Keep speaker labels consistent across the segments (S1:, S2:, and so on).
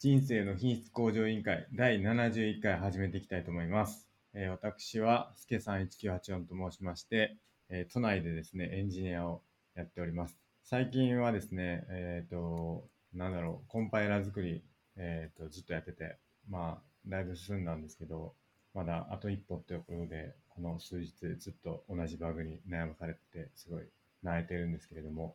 S1: 人生の品質向上委員会第71回始めていきたいと思います。えー私は、すけさん1984と申しまして、えー都内でですね、エンジニアをやっております。最近はですね、えっ、と、なんだろう、コンパイラー作り、えっ、と、ずっとやってて、まあ、だいぶ進んだんですけど、まだあと一歩ってところで、この数日ずっと同じバグに悩まされてて、すごい泣いてるんですけれども、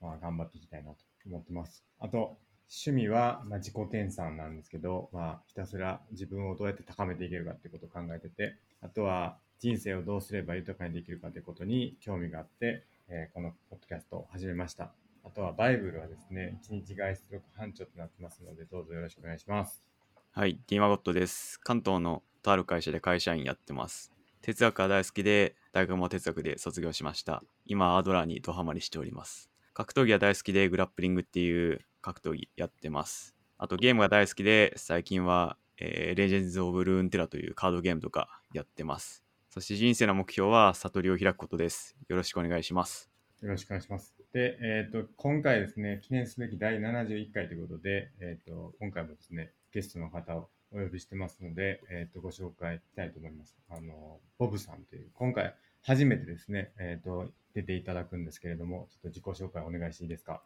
S1: まあ、頑張っていきたいなと思ってます。あと、趣味は、まあ、自己研鑽なんですけど、まあ、ひたすら自分をどうやって高めていけるかっていうことを考えてて、あとは人生をどうすれば豊かにできるかということに興味があって、えーこのポッドキャストを始めました。あとはバイブルはですね、一日外出力班長となってますので、どうぞよろしくお願いします。
S2: はい、D マゴットです。関東のとある会社で会社員やってます。哲学が大好きで、大学も哲学で卒業しました。今、アドラーにドハマりしております。格闘技が大好きで、グラップリングっていう格闘技やってます。あと、ゲームが大好きで、最近は、えーレジェンズ・オブ・ルーンテラというカードゲームとかやってます。そして人生の目標は悟りを開くことです。よろしくお願いします。
S1: よろしくお願いします。で、えっ、と、今回ですね、記念すべき第71回ということで、えっ、と、今回もですね、ゲストの方をお呼びしてますので、えっ、と、ご紹介したいと思います。あの、ボブさんという、今回初めてですね、えっ、と、出ていただくんですけれども、ちょっと自己紹介お願いしていいですか。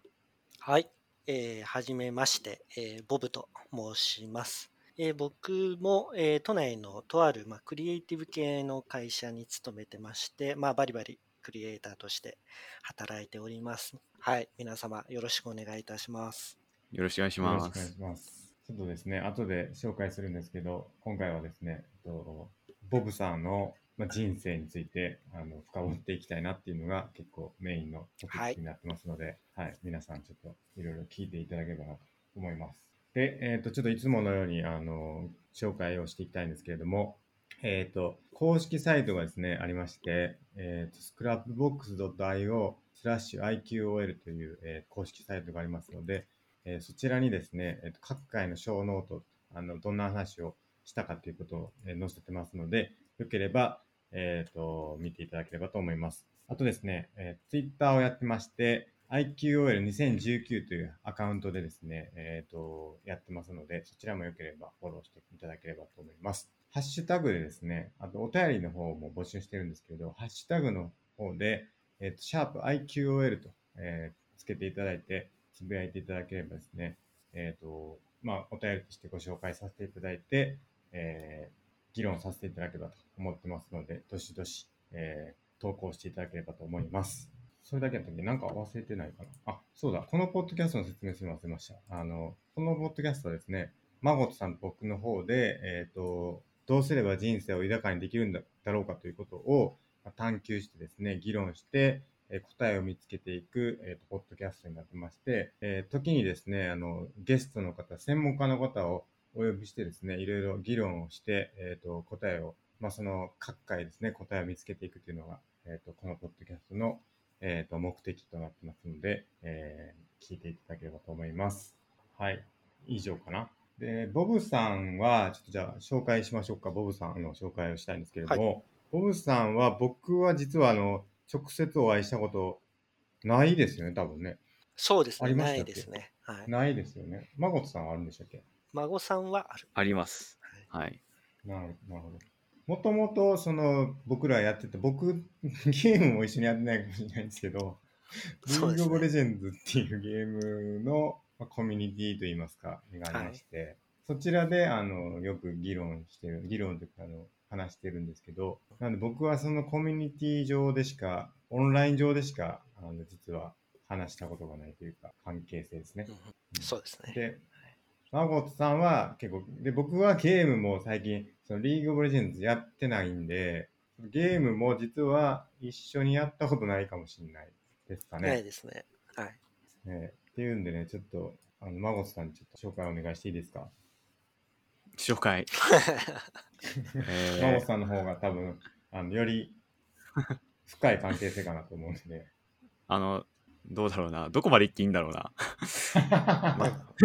S3: はい、えーはじめまして、えーボブと申します。えー僕も、えー都内のとある、まあ、クリエイティブ系の会社に勤めてまして、まあ、バリバリクリエイターとして働いております。はい、皆様よろしくお願いいたします。
S2: よろしくお願いし
S1: よろ
S2: ま
S1: しくお願い
S2: す
S1: し。ます。ちょっとですね、後で紹介するんですけど、今回はですね、えっと、ボブさんのまあ人生についてあの深掘っていきたいなっていうのが結構メインのトピックになってますので、はい皆さんちょっといろいろ聞いていただければなと思います。で、えっとちょっといつものようにあの紹介をしていきたいんですけれども、えっと公式サイトがですねありまして、えっと scrapbox.io スラッシュ IQOL という、えー公式サイトがありますので、えーそちらにですね、えーと各回の小ノート、あのどんな話をしたかということを、えー載せてますので、よければ、えー、と見ていただければと思います。あとですね、えー、Twitter をやってまして、IQOL2019 というアカウントでですね、えー、とやってますので、そちらもよければフォローしていただければと思います。ハッシュタグでですね、あとお便りの方も募集してるんですけど、ハッシュタグの方で、えっ、と、シャープ i q o l と、えーつけていただいて、つぶやいていただければですね、えっ、と、まあ、お便りとしてご紹介させていただいて、えー議論させていただければと思ってますので、どしどし、えー投稿していただければと思います。それだけの時なんか忘れてないかな。あ、そうだ。このポッドキャストの説明するの忘れました。あの、このポッドキャストはですね、マゴトさんと僕の方で、えっ、と、どうすれば人生を豊かにできるんだろうかということをまあ探求してですね、議論して、えー答えを見つけていく、えーとポッドキャストになってまして、えー時にですね、あの、ゲストの方、専門家の方をお呼びしてですね、いろいろ議論をして、えっ、と、答えを、まあ、その各回ですね、答えを見つけていくというのが、えっ、と、このポッドキャストの、えっ、と、目的となってますので、えー聞いていただければと思います。はい。以上かな。で、ボブさんは、ちょっとじゃあ、紹介しましょうか。ボブさんの紹介をしたいんですけれども、ボブさんは、僕は実は、あの、直接お会いしたことないですよね、多分ね。
S3: そうです
S1: あり
S3: ね、
S1: ました
S3: な
S1: っけ
S3: いですね。はい、
S1: ないですよね。マゴトさんはあるんでしたっけ
S3: 孫さんはある。
S2: あります。
S3: はい
S2: はい。
S1: なるなるほど。もともと、その、僕らやってて、僕、ゲームも一緒にやってないかもしれないんですけど、リ
S3: そう
S1: ー
S3: で
S1: グオ
S3: す
S1: ブレ
S3: ね。
S1: ジェンズっていうゲームの、まあ、コミュニティといいますか、がありまして、そちらで、あの、よく議論してる、議論というか、あの、話してるんですけど、なんで僕はそのコミュニティ上でしか、オンライン上でしか、あの、実は話したことがないというか、関係性ですね
S3: うん。うんそうですね。
S1: で、マゴットさんは結構、で、僕はゲームも最近、そのリーグオブレジェンズやってないんで、ゲームも実は一緒にやったことないかもしれないですかね。
S3: ないですね。はい。
S1: ねっていうんでね、ちょっと、あの、マゴットさんにちょっと紹介お願いしていいですか。
S2: 紹介。えー
S1: マゴットさんの方が多分、あの、より深い関係性かなと思うん で。
S2: あの、どうだろうな。どこまで言っていいんだろうな。まあ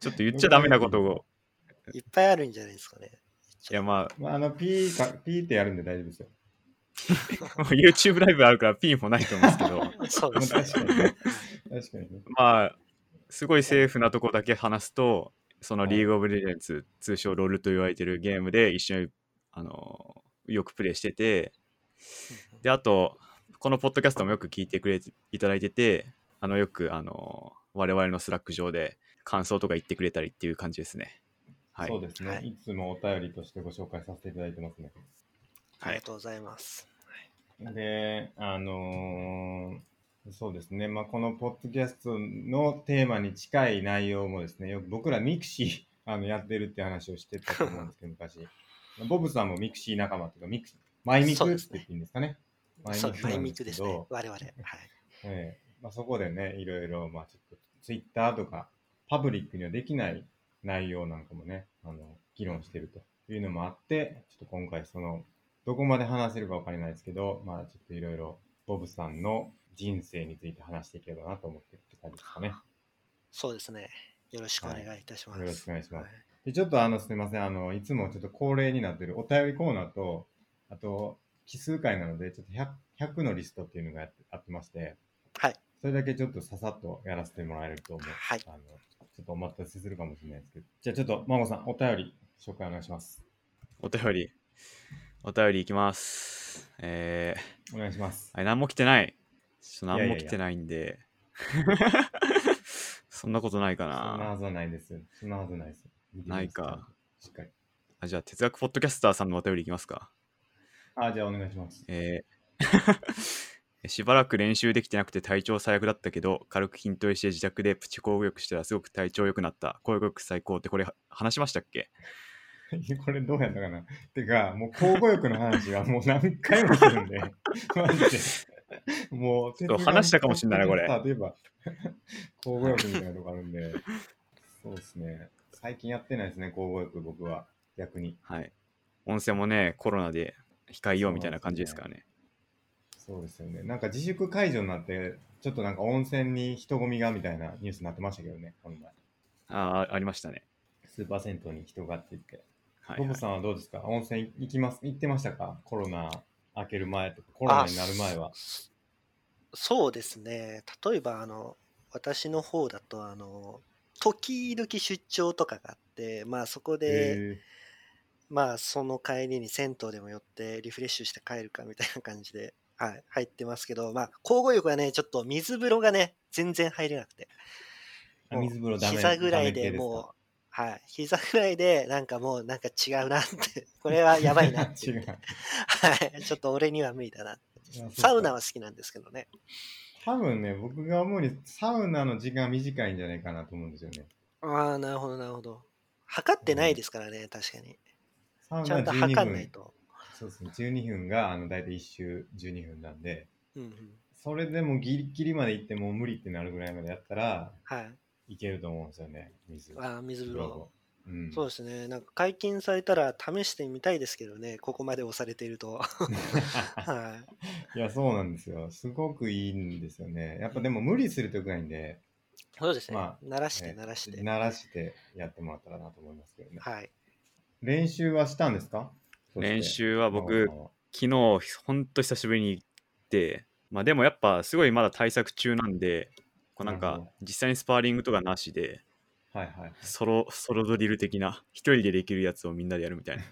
S2: ちょっと言っちゃダメなことを。
S3: いっぱいあるんじゃないです かね。
S2: いや、 ま
S1: まあ、あの、P か、P ってやるんで大丈夫ですよ。
S2: あ、YouTube ライブあるから P もないと思うんですけど、
S3: そう
S1: ま
S3: で
S1: あ
S3: す
S1: 確。
S3: ね
S1: かにね。確かにね。
S2: まあ、すごいセーフなとこだけ話すと、そのリーグ・オブ・レジェンツ、通称ロールと言われてるゲームで一緒に、あのよくプレイしてて、で、あと、このポッドキャストもよく聞いてくれていただいてて、あの、よく、あの我々のスラック上で感想とか言ってくれたりっていう感じですね。はい。
S1: そうですね、
S3: はい
S1: い。つもお便りとしてご紹介させていただいてますね。
S3: ありがとうございます。
S1: で、あのーそうですね、まあ、このポッドキャストのテーマに近い内容もですね、よく僕らミクシー あのやってるって話をしてたと思うんですけ ど、昔。ボブさんもミクシー仲間っていうか、ミクシーマイミクって言っていいんですかね。マイミク
S3: そ
S1: な
S3: う
S1: んですけど
S3: マイミクですね。我々。はい。
S1: ええまあ、そこでね、いろいろ、まあ、ちょっとツイッターとか、パブリックにはできない内容なんかもね、あの、議論してるというのもあって、ちょっと今回その、どこまで話せるかわかりないですけど、まあ、ちょっといろいろ、ボブさんの人生について話していければなと思ってるって感じですかね。
S3: そうですね。よろしくお願いいたします。
S1: はいよろしくお願いします
S3: は
S1: で、ちょっとあの、すみません、あの、いつもちょっと恒例になってるお便りコーナーと、あと、奇数回なので、ちょっと 100, 100のリストっていうのがやってあってまして、
S3: はい。
S1: それだけちょっとささっとやらせてもらえると思う。
S3: はい
S1: あの、ちょっとお待たせするかもしれないですけど。じゃあちょっと、マゴさん、お便り紹介お願いします。
S2: お便り、お便りいきます。えー、
S1: お願いします。
S2: あれ、何も来てない。ちょっと
S1: いや
S2: 何
S1: いや
S2: も
S1: いや
S2: 来てないんで。 そんなことないか
S1: そんな
S2: な。
S1: はずはないです。そんなはずないです。見てみます
S2: ないか。
S1: しっかり。
S2: あじゃあ、哲学ポッドキャスターさんのお便りいきますか。
S1: あ、じゃあお願いします。
S2: えー しばらく練習できてなくて体調最悪だったけど、軽く筋トレして自宅でプチ工力したらすごく体調良くなった。工力最高ってこれは話しましたっけ
S1: これどうやったかなてか、もう交互欲の話はもう何回もしてるんで。 マジで。もう、
S2: ょっと話したかもしんないなこれ
S1: 例えば、交互欲みたいなとこあるんで。そうですね。最近やってないですね、交互欲、僕は。逆に。
S2: はい。温泉もね、コロナで控えようみたいな感じですからね。
S1: そうですよね。なんか自粛解除になって、ちょっとなんか温泉に人混みがみたいなニュースになってましたけどね、この前。
S2: ああ、ありましたね。
S1: スーパー銭湯に人がって言って。
S2: はい、
S1: ボ
S2: はい
S1: ブ。さんはどうですか温泉行きます行ってましたかコロナ明ける前とか、コロナになる前は
S3: あ。そそうですね。例えば、あの、私の方だと、あの、時々出張とかがあって、まあそこで、
S1: へ
S3: まあその帰りに銭湯でも寄ってリフレッシュして帰るかみたいな感じで、はい、入ってますけど、まあ交互浴はね、ちょっと水風呂がね、全然入れなくて。
S1: ーあ水風呂ダメ
S3: 膝ぐらい
S1: ダメ系
S3: で
S1: ですか
S3: もう、はい、膝ぐらいで、なんかもう、なんか違うなって、これはやばいなっ て
S1: 違
S3: いう、
S1: う。
S3: はい、ちょっと俺には無理だな。
S1: あ
S3: サウナ
S1: そ
S3: は好きなんですけどね。
S1: うか多分ね、僕が思うにサウナの時間短いんじゃないかなと思うんですよね。
S3: ああ、なるほど、なるほど。測ってないですからね、確かに。
S1: サウ
S3: ちゃ
S1: ナ
S3: んと
S1: 12
S3: 測んない
S1: 分。
S3: と。
S1: そうですね、12分があの大体1周12分なんで、
S3: うんうん、
S1: それでもギリギリまで行ってもう無理ってなるぐらいまでやったら
S3: はい。
S1: いけると思うんですよね、水。
S3: ああ、水風呂。
S1: うん、
S3: そうですね。なんか解禁されたら試してみたいですけどね、ここまで押されている と。はい。
S1: いや、そうなんですよ。すごくいいんですよね。やっぱでも無理するとくないんで、
S3: そうですね。
S1: まあ
S3: 慣らして、
S1: ね
S3: 慣らして。
S1: 慣らしてやってもらったらなと思いますけどね。
S3: はい。
S1: 練習はしたんですか
S2: 練習は僕、
S1: そして
S2: 昨日ほんと久しぶりに行って、まあ、でもやっぱすごいまだ対策中なんでこうなん
S1: なるほ
S2: か
S1: ど
S2: 実際にスパーリングとかなしで
S1: はいはい。
S2: ソロソロドリル的な一人でできるやつをみんなでやるみたいな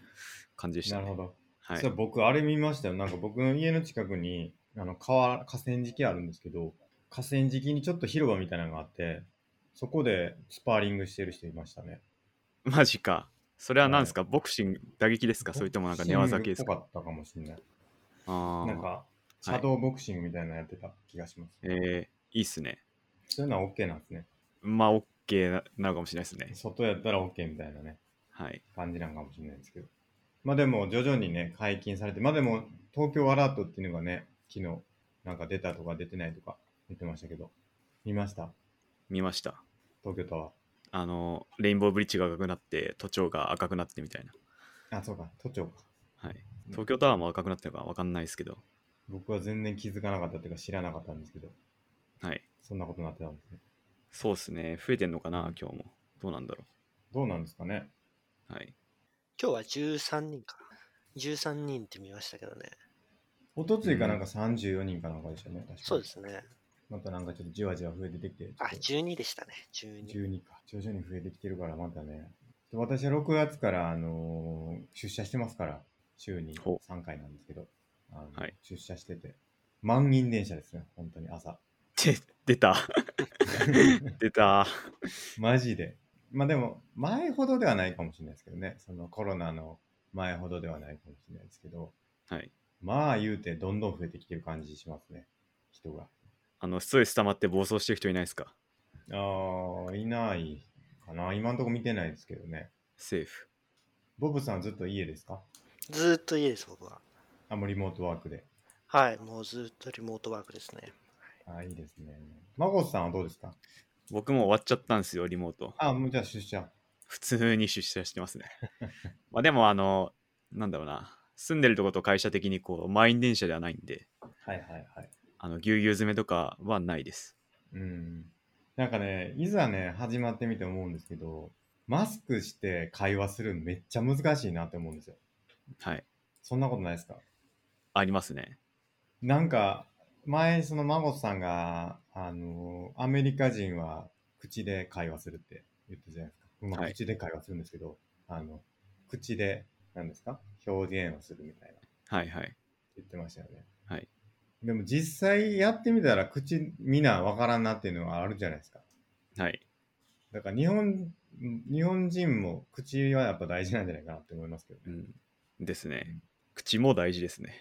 S2: 感じでした、
S1: なる
S2: ね
S1: ほ、ど。
S2: はい
S1: そう僕、あれ見ましたよ。なんか僕の家の近くにあの川、河川敷あるんですけど、河川敷にちょっと広場みたいなのがあって、そこでスパーリングしてる人いましたね。
S2: マジかそれは何ですか、ボクシング打撃ですかそれともなんか寝技系です
S1: ボ
S2: か
S1: クシングっぽかったかもしれない。
S2: あ
S1: なん
S2: ー
S1: か、シャドーボクシングみたいなのやってた気がします。
S2: えー、いいっすね
S1: そういうのは OK なんですね。
S2: まあ OK ななのかもしれないですね
S1: 外やったら OK みたいなね、
S2: はい
S1: 感じなんかもしれないですけど。まあでも、徐々にね、解禁されて、まあでも、東京アラートっていうのがね、昨日、なんか出たとか出てないとか出てましたけど、見ました
S2: 見ました
S1: 東京タワ
S2: あのレインボーブリッジが赤くなって都庁が赤くなってみたいな
S1: ー。あ、そうか、都庁か。
S2: はい、東京タワーも赤くなったのか分かんないですけど、
S1: 僕は全然気づかなかったっていうか知らなかったんですけど、
S2: はい、
S1: そんなことになってたんですね。
S2: そうですね、増えてんのかな、今日も。どうなんだろ
S1: どうなんですかね
S2: う。はい、
S3: 今日は13人か。13人って見ましたけどね。
S1: おとついかなんか34人かなんかでしたね、確か
S3: そうですね。
S1: またなんかちょっとじわじわ増えてきてる。
S3: あ、
S1: ちょっ
S3: 12でしたね。
S1: と
S3: 12。
S1: 12か。徐々に増えてきてるから、またね。私は6月から、あのー出社してますから、週に
S2: ほ
S1: 3回なんですけど、あの
S2: はい
S1: 出社してて、満員電車ですね、本当に朝。
S2: で出た 出た
S1: マジで。まあでも、前ほどではないかもしれないですけどね、そのコロナの前ほどではないかもしれないですけど、
S2: はい
S1: まあ言うて、どんどん増えてきてる感じしますね、人が。
S2: あのストレス溜まって暴走してる人いないですか
S1: ああ、いないかな。今んとこ見てないですけどね。
S2: セーフ
S1: ボブさんはずっと家ですか
S3: ずーっと家です、僕は。
S1: あ、もうリモートワークで。
S3: はい、もうずーっとリモートワークですね。
S1: あいいですね。マゴスさんはどうですか
S2: 僕も終わっちゃったんですよリモート
S1: あ、もうじゃあ出社。
S2: 普通に出社して ますねまあでもあのなんだろうな住んでるとこと会社的にこう満員電車ではないんで
S1: はいはいはい。
S2: あのぎゅうぎゅう詰めとかはないです
S1: うん。なんかね、いざね、始まってみて思うんですけど、マスクして会話するのめっちゃ難しいなって思うんですよ。
S2: はい
S1: そんなことないですか
S2: ありますね
S1: なんか、前、そのマゴスさんが、あの、アメリカ人は口で会話するって言ったじゃないですか。まあ
S2: はい
S1: 口で会話するんですけど、あの、口で、何ですか表現をするみたいな。
S2: はいはい
S1: 言ってましたよね。
S2: はい
S1: でも実際やってみたら口みんなわからんなっていうのはあるじゃないですか。
S2: はい
S1: だから日本、日本人も口はやっぱ大事なんじゃないかなって思いますけどね。
S2: うんですね口も大事ですね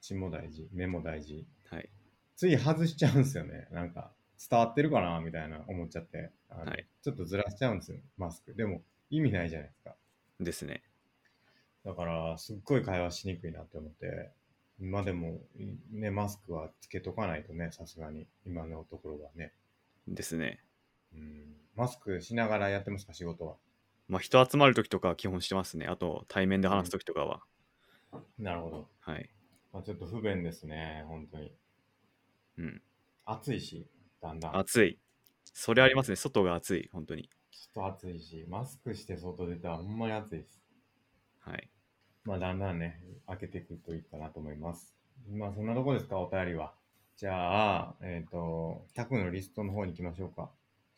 S1: 口も大事、目も大事。
S2: はい
S1: つい外しちゃうんですよね。なんか伝わってるかなみたいな思っちゃって。あの
S2: はい
S1: ちょっとずらしちゃうんですよ、マスク。でも意味ないじゃないですか。
S2: ですね
S1: だからすっごい会話しにくいなって思って。まあでも、ね、マスクはつけとかないとね、さすがに今のところはね。
S2: ですね
S1: うんマスクしながらやってますか、仕事は。
S2: まあ人集まるときとかは基本してますねあと対面で話すときとかは、
S1: なるほど。
S2: はい
S1: まあ、ちょっと不便ですね、本当に。
S2: うん
S1: 暑いし、だんだん。ちょっ
S2: 暑いそれありますね外が暑い本当に
S1: と暑いし、マスクして外出たらほんまに暑いです。
S2: はい
S1: まあ、だんだんね、開けていくといいかなと思います。まあ、そんなとこですか、お便りは。じゃあ、えっ、と、100のリストの方に行きましょうか。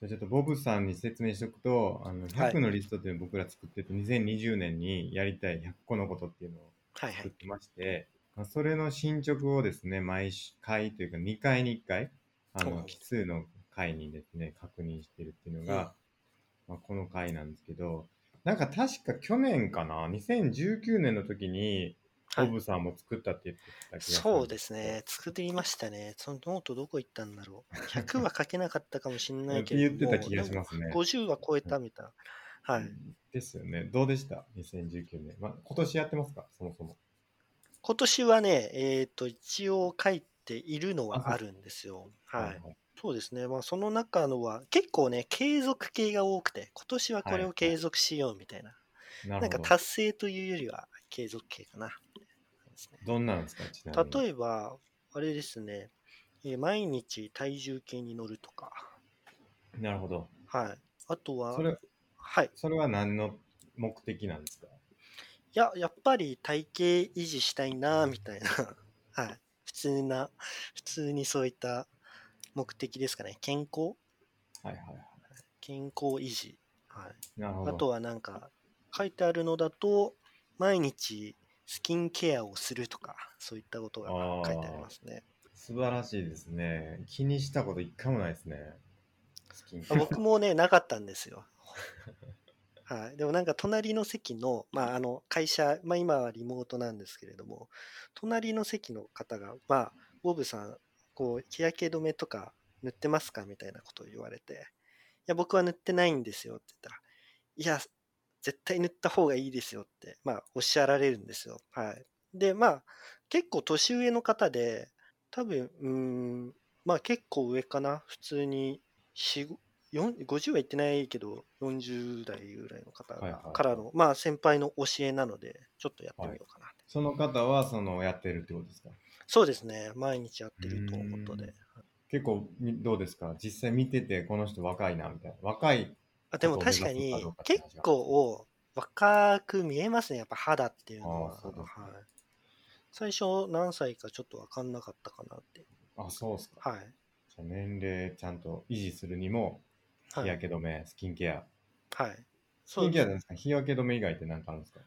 S1: じゃあちょっとボブさんに説明しておくと、あの
S3: はい
S1: 100のリストっていうのを僕ら作ってて、2020年にやりたい100個のことっていうのを
S3: はいは
S1: 作っ
S3: い。
S1: てまして、まあそれの進捗をですね、毎回というか2回に1回、あ
S3: お
S1: の
S3: う
S1: 奇数の回にですね、確認してるっていうのが、まあ、この回なんですけど、なんか確か去年かな、2019年の時に、
S3: は
S1: ボ
S3: い
S1: ブさんも作ったって言ってた気がする
S3: そうですね。作りましたね。そのノートどこ行ったんだろう。100は書けなかったかもしれないけれど
S1: って言っ
S3: も、
S1: てた気がしますね
S3: でも50は超えたみたいな。はい。
S1: ですよね。どうでした ?2019 年。まあ、今年やってますかそもそも。
S3: 今年はね、えっ、と、一応書いているのはあるんですよ。はい。
S1: い。
S3: そうですね。まあ、その中のは、結構ね、継続系が多くて、今年はこれを継続しようみたいな。
S1: な
S3: な
S1: る
S3: んか
S1: ほど。
S3: 達成というよりは継続系かな。ですね
S1: どんなんですかちなみに。
S3: 例えば、あれですね、えー毎日体重計に乗るとか、
S1: なるほど。
S3: はい。あとは
S1: そ、れ、
S3: はい。い
S1: それは何の目的なんですか
S3: や、やっぱり体型維持したいな、みたいな。 はい。普通な、普通にそういった目的ですかね。健康
S1: はいはいはい。
S3: 健康維持。はい。
S1: なるほど。
S3: あとはなんか、書いてあるのだと、毎日スキンケアをするとか、そういったことが書いてありますね。
S1: 素晴らしいですね。気にしたこと一回もないですね。スキンケ
S3: あ
S1: ア
S3: 僕もね、なかったんですよ。はい、でもなんか隣の席の,、まああの会社、まあ、今はリモートなんですけれども、隣の席の方が、まあ、ボブさん、こう日焼け止めとか塗ってますかみたいなことを言われて、いや、僕は塗ってないんですよって言ったら、いや、絶対塗った方がいいですよって、まあ、おっしゃられるんですよ。はい、で、まあ、結構年上の方で、多分うーん、まあ結構上かな、普通に4 4 50はいってないけど、40代ぐらいの方
S1: はいはいはい
S3: からの、まあ先輩の教えなので、ちょっとやってみようかなって。
S1: その方はそのやってるってことですか
S3: そうですね、毎日やってるということ
S1: うー
S3: で
S1: ん。結構みどうですか実際見ててこの人若いなみたいな。若い。
S3: あでも
S1: ことを
S3: 確か
S1: 目指す
S3: に
S1: のかどう
S3: 結
S1: かって話が
S3: 構若く見えますね、やっぱ肌っていうの
S1: あ
S3: は。
S1: ーそうですね
S3: はい、最初何歳かちょっと分かんなかったかなって。
S1: あ、そうっすか。
S3: はい。
S1: じ年齢ちゃんと維持するにも、
S3: は
S1: 日
S3: い
S1: 焼。け止め、スキンケア。
S3: はい、
S1: ス
S3: そ
S1: キ
S3: う
S1: ン
S3: で
S1: ケア
S3: す
S1: なんですか日焼け止め以外って何かあるんですか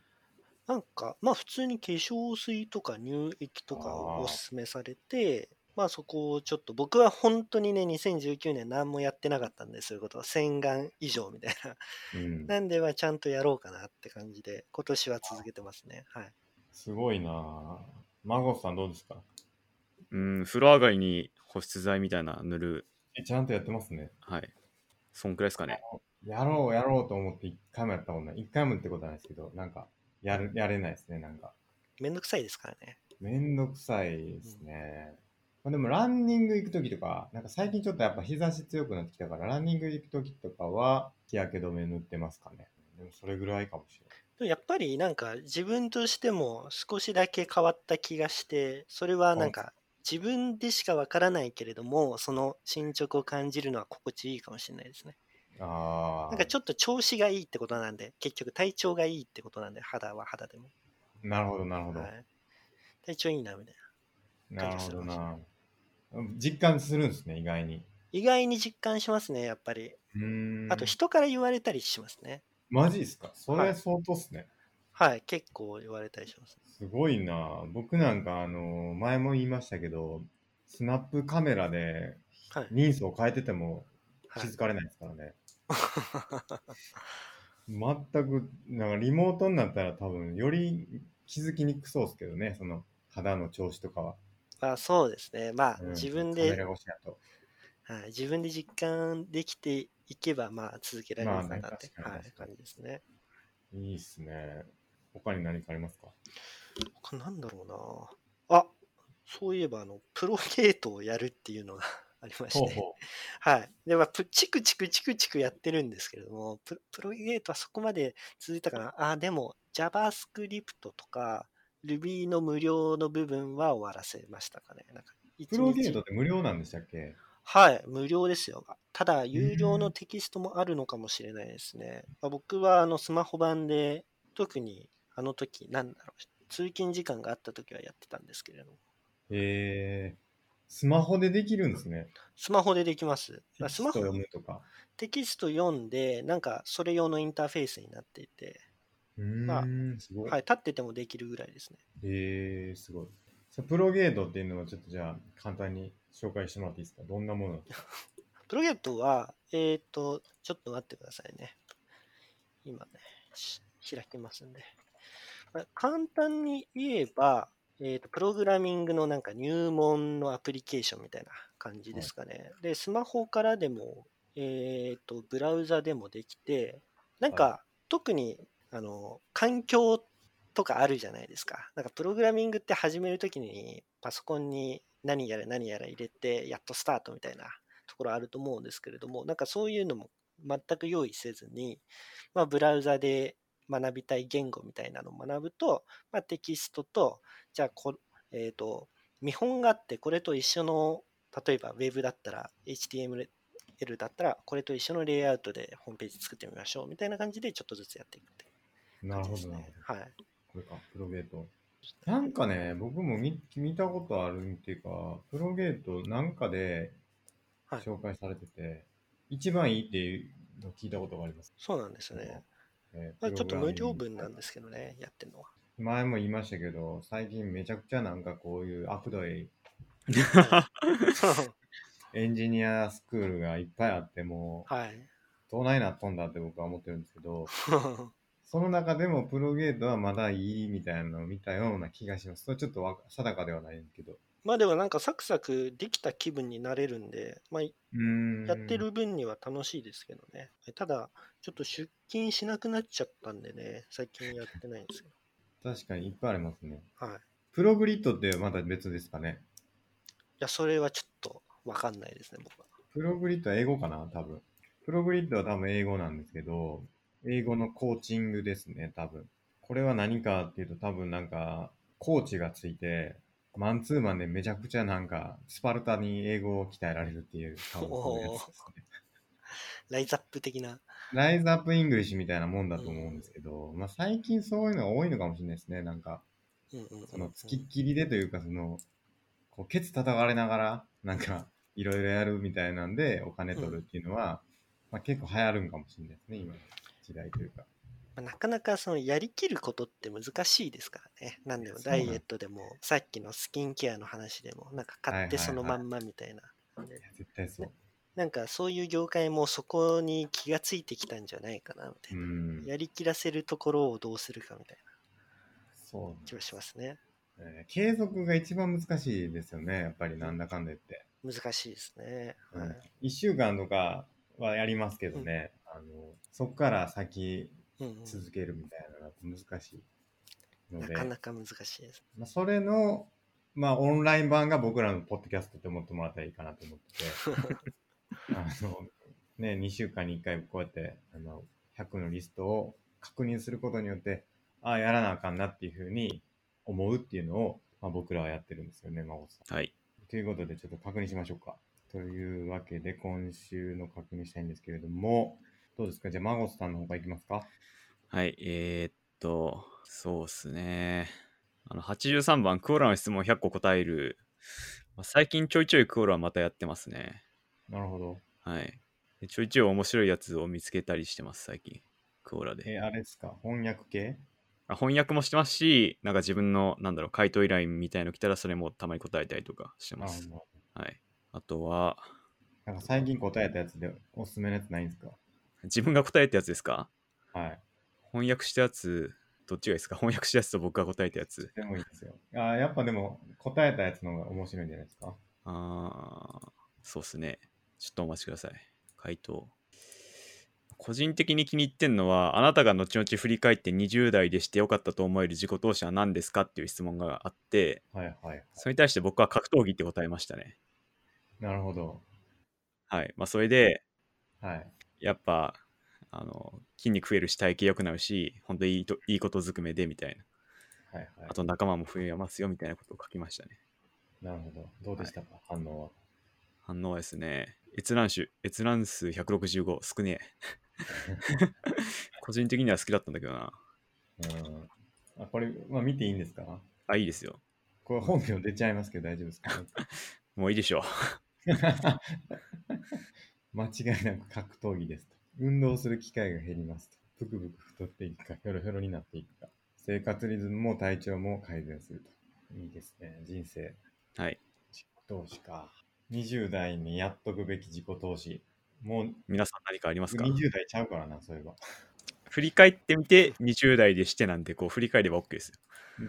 S3: なんか、まあ普通に化粧水とか乳液とか
S1: あー
S3: をおすすめされて、まあそこをちょっと僕は本当にね、2019年何もやってなかったんで、そういうことは洗顔以上みたいな。
S1: うん。
S3: なんで、まあちゃんとやろうかなって感じで、今年は続けてますね。はい。
S1: すごいなぁ。マゴスさんどうですか
S2: うん、風呂上がりに保湿剤みたいな塗る。
S1: えちゃんとやってますね。
S2: はい。そんくらいですかね。
S1: やろうやろうと思って一回もやったことない。一回もってことはないですけど、なんか、やる、やれないですね、なんか。
S3: めんどくさいですからね。
S1: めんどくさいですね。まあ、でもランニング行くときとか、なんか最近ちょっとやっぱ日差し強くなってきたから、ランニング行くときとかは日焼け止め塗ってますかね。でもそれぐらいかもしれない。
S3: でもやっぱりなんか自分としても少しだけ変わった気がして、それはなんか自分でしかわからないけれども、その進捗を感じるのは心地いいかもしれないですね。
S1: ああ。
S3: なんかちょっと調子がいいってことなんで、結局体調がいいってことなんで、肌は肌でも。
S1: なるほど、なるほど。
S3: はい、体調いいなみたいな。
S1: なるほどな。実感するんですね、意外に。
S3: 意外に実感しますね、やっぱり。
S1: うーん。
S3: あと人から言われたりしますね。
S1: マジですかそ
S3: は
S1: れ
S3: い
S1: 相当っすね。
S3: はい、結構言われたりします。
S1: すごいな。僕なんか、あの、前も言いましたけど、スナップカメラで
S3: はい。
S1: 人数を変えてても
S3: は
S1: 気
S3: い
S1: づかれないですからね。全く、なんかリモートになったら多分、より気づきにくそうですけどね、その肌の調子とかは。
S3: まあそうですね。まあ
S1: うん
S3: 自分
S1: カメ
S3: で、
S1: ラ越しだと。
S3: はい、自分で実感できていけば、まあ続けられるかなって、
S1: まあね
S3: はい、
S1: 確か
S3: 感じですね。
S1: いいっすね。他に何かありますか
S3: 他なんだろうな。あそういえば、あの、プロゲートをやるっていうのがありまして。はい。で、まあ、プチクチクチクチクやってるんですけれども、ププロゲートはそこまで続いたかな。あ、でも JavaScript とか Ruby の無料の部分は終わらせましたかね。なんか一日
S1: プロゲートって無料なんでしたっけ
S3: はい、無料ですよ。ただ、有料のテキストもあるのかもしれないですね。まあ、僕はあのスマホ版で、特にあの時、なんだろう、通勤時間があった時はやってたんですけれども、
S1: えー、スマホでできるんですね。
S3: スマホでできます。まあスマ
S1: テ
S3: ホ
S1: キスト読むとか。
S3: テキスト読んで、なんかそれ用のインターフェースになっていて、
S1: うーん、すごい。
S3: はい、立っててもできるぐらいですね。
S1: へえー、すごい。さプロゲートっていうのはちょっとじゃあ簡単に紹介してもらっていいですかどんなもの
S3: プロゲートは、えっ、と、ちょっと待ってくださいね。今ね、し開きますんで。まあ簡単に言えば、えっ、と、プログラミングのなんか入門のアプリケーションみたいな感じですかね。で、スマホからでも、えっ、と、ブラウザでもできて、なんか、
S1: は
S3: 特に、あの、環境とかあるじゃないですか。なんかプログラミングって始めるときにパソコンに何やら何やら入れてやっとスタートみたいなところあると思うんですけれども、なんかそういうのも全く用意せずに、まあ、ブラウザで学びたい言語みたいなのを学ぶと、まあ、テキストと、じゃあこ、えっ、と、見本があって、これと一緒の、例えば Web だったら HTML だったら、これと一緒のレイアウトでホームページ作ってみましょうみたいな感じでちょっとずつやっていくって
S1: なのな
S3: 感
S1: る
S3: じ
S1: ほ
S3: で
S1: ど
S3: す
S1: なる
S3: ね
S1: ほど。。
S3: はい。
S1: これか、プロゲート。なんかね、僕も見見たことあるっていうか、プロゲートなんかで
S3: はい
S1: 紹介されてて、一番いいっていうのを聞いたことがあります。
S3: そうなんですよね。
S1: えー
S3: まあちょっと
S1: プログラ
S3: 無料。
S1: ミン
S3: 分
S1: グ
S3: なんですけどね、やってる のは。
S1: 前も言いましたけど、最近めちゃくちゃなんかこういうアプドイエンジニアスクールがいっぱいあって、も
S3: はい。
S1: う、どないなっとんだって僕は思ってるんですけど、その中でもプロゲートはまだいいみたいなのを見たような気がします。それちょっとわ定かではないんですけど。
S3: まあでもなんかサクサクできた気分になれるんで、まあ
S1: うーん
S3: やってる分には楽しいですけどね。ただ、ちょっと出勤しなくなっちゃったんでね、最近やってないんですよ。
S1: 確かにいっぱいありますね。
S3: はい。い
S1: プログリッドってまだ別ですかね。
S3: や、それはちょっとわかんないですね、僕は。
S1: プログリッドは英語かな多分。プログリッドは多分英語なんですけど、英語のコーチングですね、多分。これは何かっていうと多分なんか、コーチがついて、マンツーマンでめちゃくちゃなんか、スパルタに英語を鍛えられるっていう、多分そういうやつですね。
S3: ライズアップ的な。
S1: ライズアップイングリッシュみたいなもんだと思うんですけど、まあ最近そういうのが多いのかもしれないですね。なんか、
S3: うんうんうんうん
S1: その、つきっきりでというか、その、こう、ケツ叩かれながら、なんか、 いろいろやるみたいなんで、お金取るっていうのは、まあ、結構流行るんかもしれないですね、今の時代というか。
S3: まあなかなかそのやりきることって難しいですからね。なんでもダイエットでも、さっきのスキンケアの話でも、なんか買っ
S1: はいはいは
S3: て
S1: い
S3: そのまんまみたいな。
S1: いや絶対そう。
S3: なんかそういう業界もそこに気がついてきたんじゃないかなみた
S1: う
S3: いな。
S1: ん。
S3: やりきらせるところをどうするかみたいな
S1: そうなん
S3: 気
S1: で
S3: はしますね。
S1: すね。継続が一番難しいですよね、やっぱりなんだかんだ言って。
S3: 難しいですね。は
S1: はい1週間とかはやりますけどね、あのそこから先
S3: うんうん
S1: 続けるみたいなのが難しいの
S3: な
S1: で、
S3: かなか難しいです。
S1: まあ、それの、まあ、オンライン版が僕らのポッドキャストって思ってもらったらいいかなと思 っててあの、ね、2週間に1回こうやってあの100のリストを確認することによってああやらなあかんなっていうふうに思うっていうのを、まあ、僕らはやってるんですよね孫さん。
S2: はい。
S1: ということで、ちょっと確認しましょうか。というわけで、今週の確認したいんですけれども、どうですかじゃあ、マゴスさんの方からいきますか
S2: はい、えーっと、そうっすね。あの、83番、クオラの質問100個答える。まあ最近ちょいちょいクオラまたやってますね。
S1: なるほど。
S2: はい。でちょいちょい面白いやつを見つけたりしてます、最近。クオラで。
S1: えーあれですか翻訳系
S2: あ翻訳もしてますし、なんか自分の、なんだろう、回答依頼みたいの来たら、それもたまに答えたりとかして
S1: な
S2: ま
S1: る
S2: す。
S1: ほど。
S2: はい。あとは、
S1: なんか最近答えたやつでおすすめのやつないんですか
S2: 自分が答えたやつですか
S1: はい。
S2: 翻訳したやつ、どっちがいいですか翻訳したやつと僕が答えたやつ。
S1: でもいいですよ。あーやっぱでも、答えたやつの方が面白いんじゃないですか
S2: あー、そうっすね。ちょっとお待ちください。回答。個人的に気に入ってんのは、あなたが後々振り返って20代でしてよかったと思える自己投資は何ですかっていう質問があって、
S1: はいはい。
S2: それに対して僕は格闘技って答えましたね。
S1: なるほど。
S2: はい。まあ、それで、
S1: はい。
S2: やっぱ、あの、筋肉増えるし、体型良くなるし、本当いいといいことずくめでみたいな。
S1: はいはい
S2: あ。と仲間も増えますよみたいなことを書きましたね。
S1: なるほど。どうでしたか、反応は。
S2: 反応はですね、閲覧数、閲覧数165、少 ねえ。個人的には好きだったんだけどな。
S1: うん。あこれ、まあ、見ていいんですか
S2: あ、いいですよ。
S1: これ本名出ちゃいますけど大丈夫ですか
S2: もういいでしょう。
S1: 間違いなく格闘技ですと。運動する機会が減りますと。ブクブク太っていくか、ひょろひょろになっていくか。生活リズムも体調も改善すると。いいですね。人生、
S2: はい。
S1: 自己投資か。20代にやっとくべき自己投資。もう
S2: 皆さん何かありますか
S1: 20代ちゃうからな、そういえ ば。
S2: 振り返ってみて、20代でしてなんて、こう、振り返れば OK ですよ。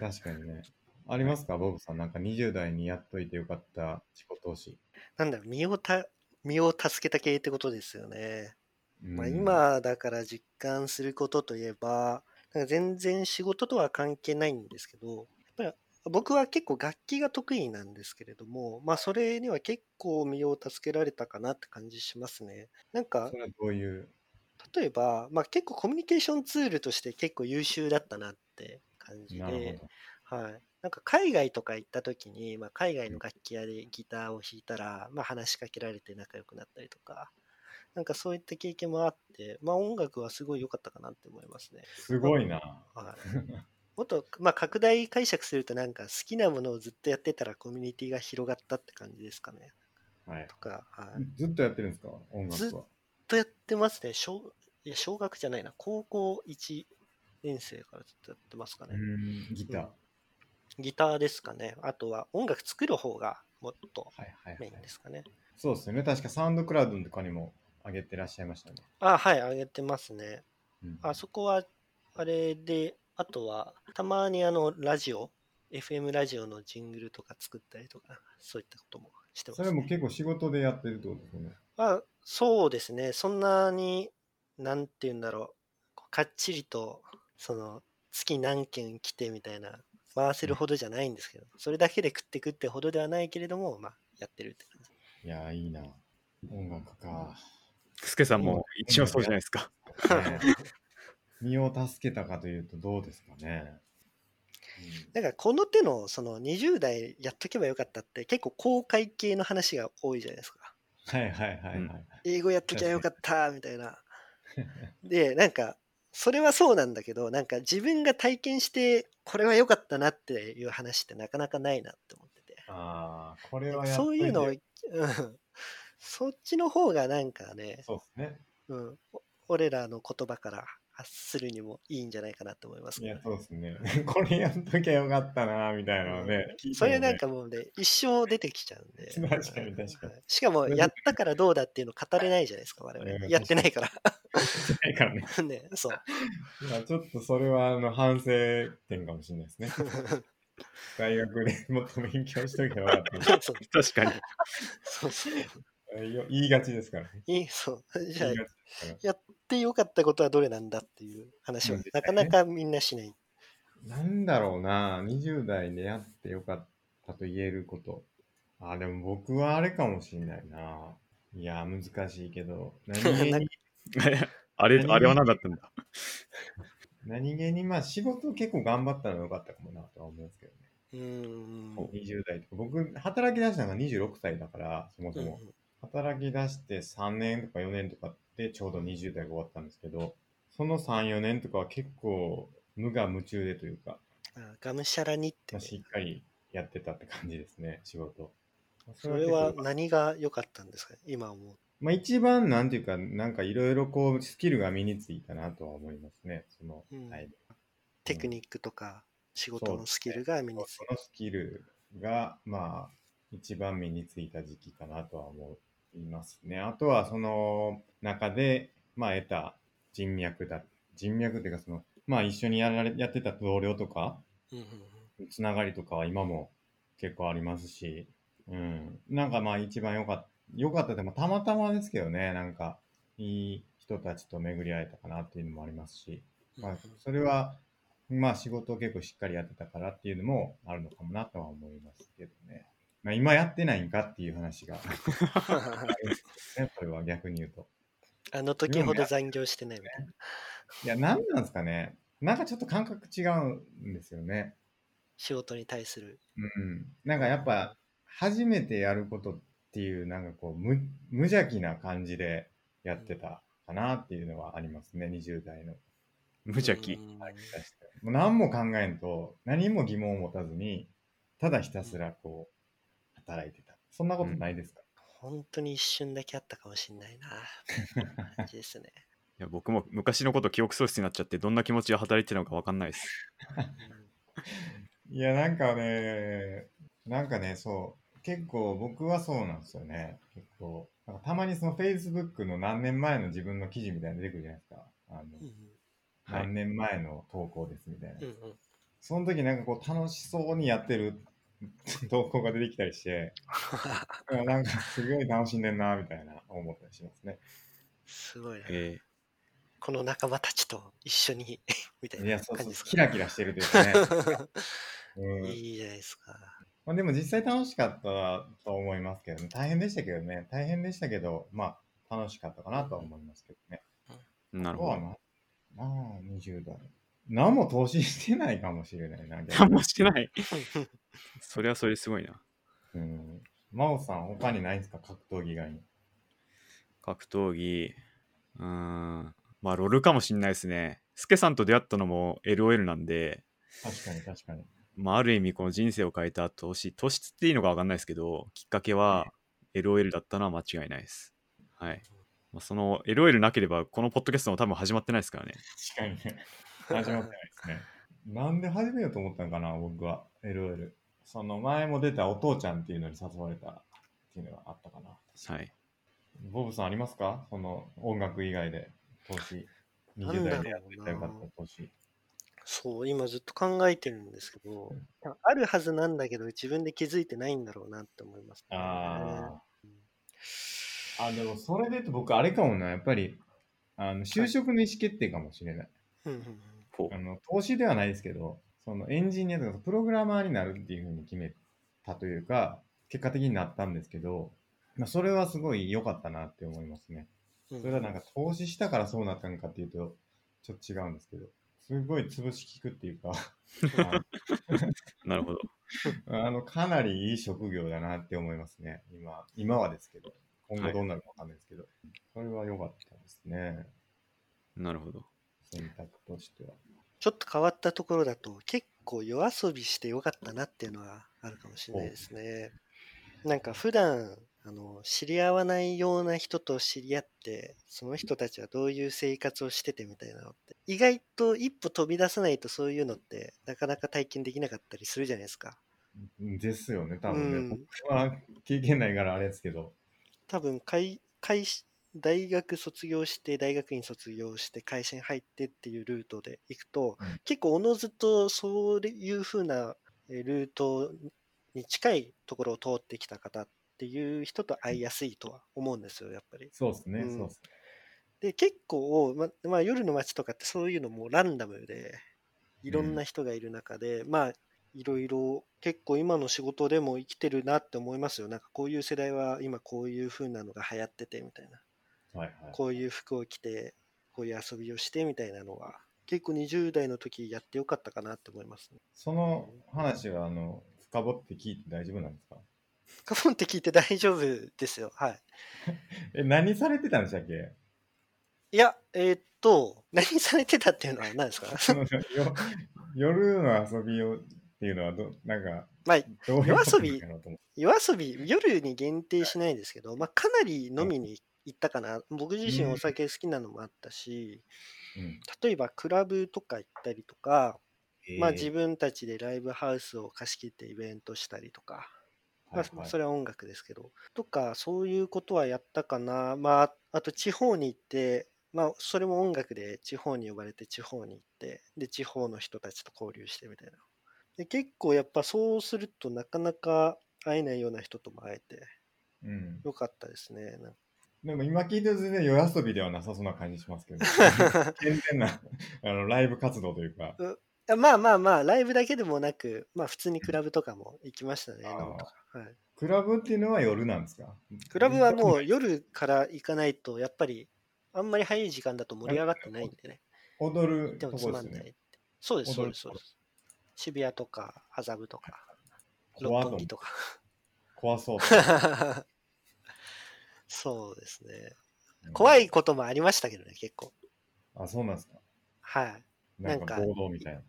S1: 確かにね。ありますか、ボブさん。なんか20代にやっといてよかった自己投資。
S3: なんだろう、身をた、身を助けた系ってことですよね。
S1: うん
S3: まあ、、今だから実感することといえば、なんか全然仕事とは関係ないんですけど、やっぱり僕は結構楽器が得意なんですけれども、まあそれには結構身を助けられたかなって感じしますね。なんか
S1: それはどういう。
S3: 例えば、まあ結構コミュニケーションツールとして結構優秀だったなって感じ
S1: なるほ
S3: で、はい。なんか海外とか行った時に、まあ、海外の楽器屋でギターを弾いたら、まあ、話しかけられて仲良くなったりとか、なんかそういった経験もあって、まあ、音楽はすごい良かったかなって思いますね。
S1: ど。すごいな。
S3: はい、もっと、まあ、拡大解釈するとなんか好きなものをずっとやってたらコミュニティが広がったって感じですかね。
S1: はい
S3: と。か、はい、ず
S1: ず
S3: っ
S1: っとやってるんですか音楽
S3: ず
S1: は。
S3: とやってますね。小いや小学じゃないな、高校1年生からずっとやってますかね。
S1: うんギター。
S3: うんギターですかね。あとは音楽作る方がもっと
S1: はいはい、は
S3: メイ
S1: い
S3: ン。ですかね。
S1: そうですよね。確かサウンドクラウドとかにも上げてらっしゃいましたね。
S3: あ、はい、あげてますね。
S1: うん
S3: あそこは、あれで、あとは、たまにあの、ラジオ、FM ラジオのジングルとか作ったりとか、そういったこともしてます、
S1: そ
S3: ね。
S1: れも結構仕事でやってるってことですよね。
S3: まあ、そうですね。そんなに、なんて言うんだろう、こうかっちりと、その、月何件来てみたいな、回せるほどじゃないんですけど、それだけで食って食ってほどではないけれども、まあ、やってるって感じ。
S1: いやー、いいな。音楽か。
S2: スケさんも一応そうじゃないですか。
S1: ね 身を助けたかというとどうですかね。
S3: だからこの手のその20代やっとけばよかったって結構公開系の話が多いじゃないですか。
S1: うんはいはいはいはい。
S2: うん
S3: 英語やっときゃよかったみたいな。でなんかそれはそうなんだけどなんか自分が体験してこれは良かったなっていう話ってなかなかないなって思ってて
S1: ああ、これはやっぱ
S3: そう
S1: り
S3: いうのを、う
S1: ね
S3: んそっちの方がなんかね、
S1: そうですね。
S3: うん、お俺らの言葉から発するにもいいんじゃないかなと思います
S1: い
S3: けど
S1: や、そうですね。 これやっときゃよかったな、みたいなのね。聞いてもね
S3: それなんかもうね、一生出てきちゃうんで。
S1: 確かに確かに
S3: はいしかも、やったからどうだっていうの語れないじゃないですか、我々。
S1: うん
S3: やってないから。
S1: ないからね。
S3: ね、そう。
S1: いやちょっとそれはあの反省点かもしれない ですね。大学でもっと勉強しとけばよかっ
S3: そう
S2: 確かに。
S3: そうそう。
S1: た。よ言いがちですからね。
S3: いい、そう。じゃあ
S1: 言い、がちですから
S3: やってよかったことはどれなんだっていう話は
S1: うん、
S3: なかなかみんなしない。
S1: なんだろうな、20代でやってよかったと言えること。あ、でも僕はあれかもしんないな。いや、難しいけど、何 気に、
S2: あれ、あれは何だったんだ。
S1: 何気に、まあ仕事結構頑張ったのはよかったかもなとは思うんですけどね。
S3: うーん。
S1: 20代とか、僕、働き出したのが26歳だから、そもそも。働き出して3年とか4年とかってちょうど20代が終わったんですけど、その3、4年とかは結構無我夢中でというか、
S3: あがむしゃらにって
S1: まあ
S3: ね、
S1: しっかりやってたって感じですね、仕事。
S3: それは
S1: 結構
S3: 何が良かったんですか今思う。
S1: まあ一番なんていうか、なんかいろいろこうスキルが身についたなとは思いますね、その
S3: うん
S1: タイム。
S3: テクニックとか仕事
S1: そう
S3: の
S1: ですね
S3: スキルが身につい
S1: そのスキルが、まあ、一番身についた時期かなとは思いますね。あとは、その中で、まあ、得た人脈だ。人脈っていうか、その、まあ、一緒にやられやってた同僚とか、
S3: うんうん
S1: つながりとかは今も結構ありますし、うん。なんかまあ、一番良かった、良かったって、まあたまたまですけどね、なんか、いい人たちと巡り会えたかなっていうのもありますし、
S3: うん
S1: まあ、それは、まあ仕事を結構しっかりやってたからっていうのもあるのかもなとは思いますけどね。まあ今やってないんかっていう話が、ね、 これは逆に言うと。
S3: あの時ほど残業してないみたいな。
S1: いや、なんなんですかね。なんかちょっと感覚違うんですよね。
S3: 仕事に対する。
S1: うん。なんかやっぱ、初めてやることっていう、なんかこう無、無邪気な感じでやってたかなっていうのはありますね、20代の。
S2: 無邪気
S3: う。ん
S1: もう何も考えんと、何も疑問を持たずに、ただひたすらこう、働いてた。そんなことないですか、
S3: 本当に一瞬だけあったかもしれないな。感じですね。
S2: いや僕も昔のこと記憶喪失になっちゃって、どんな気持ちで働いてるのか分かんないです。
S3: うん
S1: いや、なんかね、なんかね、そう、結構僕はそうなんですよね。結構、なんかたまにその Facebook の何年前の自分の記事みたいなの出てくるじゃないですか。あの、
S3: うん
S2: はい
S1: 何年前の投稿ですみたいな。
S3: うん うん
S1: その時なんかこう楽しそうにやってる 投稿が出てきたり して、いやなんかすごい楽しんでんな、みたいな思ったりしますね。
S3: すごいな。
S2: え
S3: この仲間たちと一緒に みたい
S1: いや、
S3: な
S1: そう
S3: 感
S1: そ
S3: じ
S1: う
S3: です、
S1: キ
S3: か、
S1: ラキラしてるというかね。 うん
S3: いいじゃないですか。
S1: まあ、でも実際楽しかったと思いますけどね。大変でしたけどね。大変でしたけど、まあ、楽しかったかなとは思いますけどね。
S2: えな
S1: あ
S2: る
S1: と
S2: ほ
S1: は
S2: ど。
S1: な、まあ、20代。何も投資してないかもしれないな。逆
S2: 何
S1: に
S2: もしてない。 それはそれすごいな。
S1: うん。真央さん、他にないんですか格闘技以外に。
S2: 格闘技、うーん、まあ、ロルかもしんないですね。スケさんと出会ったのも LOL なんで、
S1: 確かに、確かに。
S2: まあ、ある意味、この人生を変えた投資、投資っていいのか分かんないですけど、きっかけは LOL だったのは間違いないです。はい。まあ、その LOL なければ、このポッドキャストも多分始まってないですからね。
S1: 確かにね。始まってないですね。なんで始めようと思ったのかな、僕は。LOL。その前も出たお父ちゃんっていうのに誘われたっていうのがあったかな。
S2: はい。
S1: ボブさんありますかその音楽以外で投資。
S3: なん
S1: 20
S3: だろうな
S1: 代でやってたよかった投資。
S3: そう、今ずっと考えてるんですけど、あるはずなんだけど、自分で気づいてないんだろうなって思います、ね。
S1: ああ。あ、でもそれで言うと僕あれかもな。やっぱり、あの就職の意思決定かもしれない。
S3: うんうんうん
S2: ほ
S1: あの投資ではないですけど、そのエンジニアとかプログラマーになるっていうふうに決めたというか、結果的になったんですけど、まあ、それはすごい良かったなって思いますね。
S3: うん
S1: それはなんか投資したからそうなったのかっていうと、ちょっと違うんですけど、すごい潰し効くって いうか、
S2: う。なるほど。
S1: あの、かなりいい職業だなって思いますね。今、今はですけど、今後どうなるかわかんないですけど、それは良かったですね。
S2: なるほど。
S1: 選択としては。
S3: ちょっと変わったところだと、結構夜遊びしてよかったなっていうのはあるかもしれないですね。なんか普段あの知り合わないような人と知り合ってその人たちはどういう生活をしててみたいなのって意外と一歩飛び出さないとそういうのってなかなか体験できなかったりするじゃないですか
S1: ですよね、多分ね。
S3: うん
S1: 僕は経験ないからあれですけど。
S3: 多分会会社大学卒業して大学院卒業して会社に入ってっていうルートで行くと、
S1: うん
S3: 結構おのずとそういうふうなえールートに近いところを通ってきた方っていう人と会いやすいとは思うんですよやっぱり。
S1: そうですね、
S3: うん
S1: そうですね。
S3: で結構ま、まあ、夜の街とかってそういうのもランダムでいろんな人がいる中で、まあいろいろ結構今の仕事でも生きてるなって思いますよなんかこういう世代は今こういう風なのが流行っててみたいな
S1: はいはい。
S3: こういう服を着てこういう遊びをしてみたいなのは結構20代の時やってよかったかなって思いますね。
S1: その話は、あの、深掘って聞いて大丈夫なんですか
S3: カモンって聞いて大丈夫ですよ。はい。
S1: え、何されてたんでしたっけ
S3: いや、えーっと、何されてたっていうのは何ですか
S1: そのよ 夜の遊びをっていうのはど、なんか、
S3: まあ
S1: どういうことなのかなと思って
S3: 夜遊び夜に限定しないですけど、まあ、かなり飲みに行ったかな僕自身お酒好きなのもあったし、
S1: うん
S3: 例えばクラブとか行ったりとか、まあ、
S1: えー
S3: 自分たちでライブハウスを貸し切ってイベントしたりとか、ま
S1: はい
S3: あ
S1: はい
S3: それは音楽ですけどとかそういうことはやったかな、まあ、あと地方に行って、まあ、それも音楽で地方に呼ばれて地方に行ってで地方の人たちと交流してみたいなで結構やっぱそうするとなかなか会えないような人とも会えて
S1: うん。
S3: よかったですねなんか
S1: でも今聞いてると全然夜遊びではなさそうな感じしますけ ど、 健全なあのライブ活動というか、
S3: あまあまあまあライブだけでもなく、まあ、普通にクラブとかも行きましたね
S1: あー
S3: 飲むとか、はい、
S1: クラブっていうのは夜なんですか
S3: クラブはもう夜から行かないとやっぱりあんまり早い時間だと盛り上がってないんでね
S1: 踊
S3: 行っ
S1: ると
S3: て
S1: こ
S3: も
S1: で
S3: つまん
S1: す
S3: ないっ
S1: ね。
S3: て。そうです、そう
S1: 踊
S3: で
S1: る
S3: す、そうです。渋谷とか、麻布とか、六
S1: 怖
S3: 本
S1: そう
S3: 木とか。
S1: 怖そう。
S3: そうですね。 怖いこともありましたけどね、結構。
S1: あ、そうなんですか。
S3: はい。
S1: なん
S3: なん
S1: か
S3: か
S1: 暴動みたいな。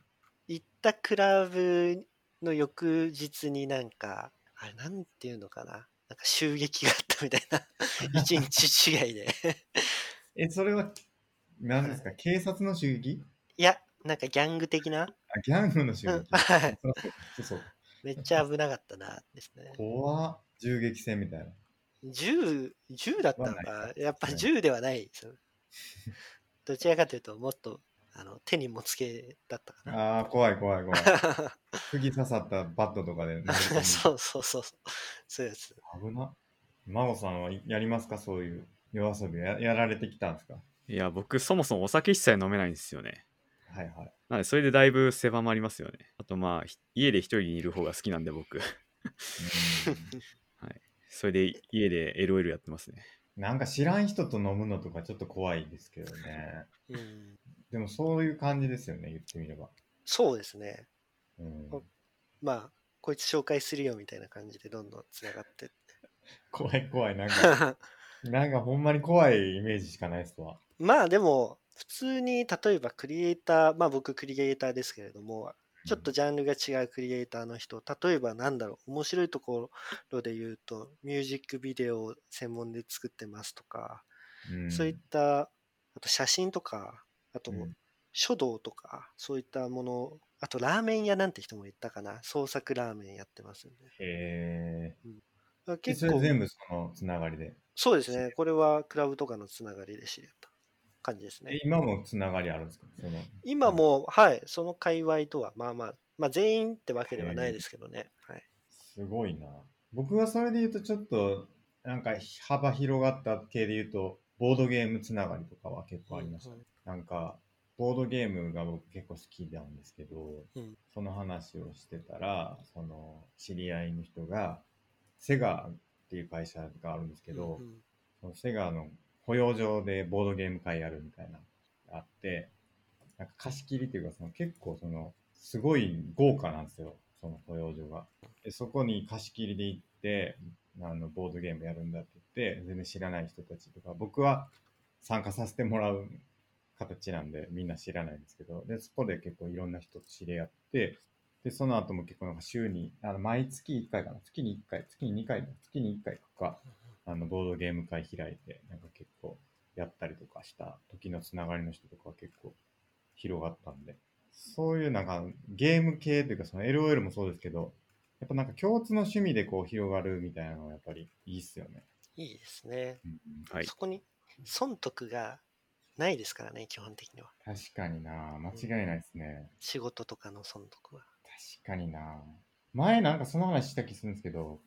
S3: 行ったクラブの翌日になんか、あれ、なんていうのかな。なんか襲撃があったみたい な、一日違いで。
S1: え、それは、なんですか、警察の襲撃
S3: いや、なんかギャング的な、
S1: あ、ギャングの襲
S3: う
S1: 撃。
S3: ん、はい。
S1: そうそうそう。
S3: めっちゃ危なかったな、ですね。
S1: 怖っ銃撃戦みたいな。
S3: 銃、銃だったの
S1: まあ
S3: か、やっぱ
S1: はい
S3: 銃ではない ですよ。どちらかというと、もっとあの手に持つ系だったか
S1: ああ、怖い怖い怖い。
S3: な。
S1: 釘刺さったバットとかで投げ込む。
S3: そうそうそうそう。そういうやつ。
S1: 危な。真帆さんはやりますかそういう夜遊びややられてきたんですか
S2: いや、僕、そもそもお酒一切飲めないんですよね。
S1: はいはい。
S2: なので、それでだいぶ狭まりますよね。あと、まあ、ひ家で一人にいる方が好きなんで、僕。 それで家で LOL やってますね。
S1: うんなんか知らん人と飲むのとかちょっと怖いですけどね。
S3: うん、
S1: でもそういう感じですよね、言ってみれば。
S3: そうですね。
S1: うん、
S3: まあ、こいつ紹介するよみたいな感じでどんどんつながってっ
S1: 怖い怖い。なんか、
S3: て。
S1: なんかほんまに怖いイメージしかないっすわ。
S3: まあでも、普通に例えばクリエイター、まあ僕クリエイターですけれども、ちょっとジャンルが違うクリエイターの人、例えばなんだろう、面白いところで言うと、ミュージックビデオを専門で作ってますとか、
S1: うん、
S3: そういった、あと写真とか、あと
S1: うん
S3: 書道とか、そういったもの、あとラーメン屋なんて人も言ったかな、創作ラーメンやってますん
S1: へ
S3: で。
S1: え。
S3: 結
S1: それ
S3: 構、
S1: 全部そのつながりで。
S3: そうですね、これはクラブとかのつながりで知り合った感じですね
S1: え。今もつながりあるんですかその
S3: 今も、はい、その界隈とは、まあまあ、まあ全員ってわけではないですけどね。はい。
S1: すごいな。僕はそれで言うとちょっと、なんか幅広がった系で言うと、ボードゲームつながりとかは結構ありましたね。なんか、ボードゲームが僕結構好きなんですけど、
S3: うん
S1: その話をしてたら、その知り合いの人が、セガっていう会社があるんですけど、
S3: うんうん
S1: そのセガの保養所でボードゲーム会やるみたいな、あって、なんか貸し切りっていうか、その結構その、すごい豪華なんですよ、その保養所が。でそこに貸し切りで行って、あの、ボードゲームやるんだって言って、全然知らない人たちとか、僕は参加させてもらう形なんで、みんな知らないんですけど、で、そこで結構いろんな人と知り合って、で、その後も結構なんか週に、あの、毎月1回かな、月に1回、月に2回、月に1回とか、あのボードゲーム会開いて、なんか結構やったりとかした時のつながりの人とかは結構広がったんで、そういうなんかゲーム系というかその LOL もそうですけど、やっぱなんか共通の趣味でこう広がるみたいなのはやっぱりいいっすよね。
S3: いいですね。
S1: うんうん
S2: はい
S3: そこに損得がないですからね、基本的には。
S1: 確かにな間違いないですね。
S3: 仕事とかの損得は。
S1: 確かにな前なんかその話した気するんですけど、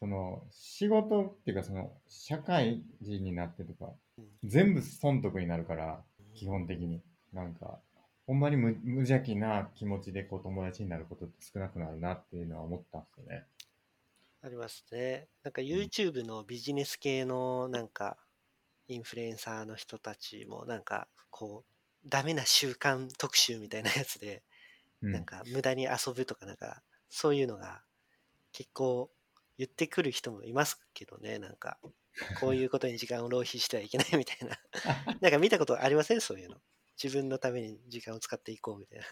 S1: その仕事っていうかその社会人になってとか、
S3: うん
S1: 全部損得になるから、基本的に。なんか、ほんまに無無邪気な気持ちでこう友達になることって少なくなるなっていうのは思ったんですよね。
S3: ありますね。なんか YouTube のビジネス系のなんかインフルエンサーの人たちもなんかこうダメな習慣特集みたいなやつで
S1: うん、
S3: なんか無駄に遊ぶとかなんかそういうのが結構言ってくる人もいますけどねなんかこういうことに時間を浪費してはいけないみたい ななんか見たことありませんそういうの自分のために時間を使っていこうみたいな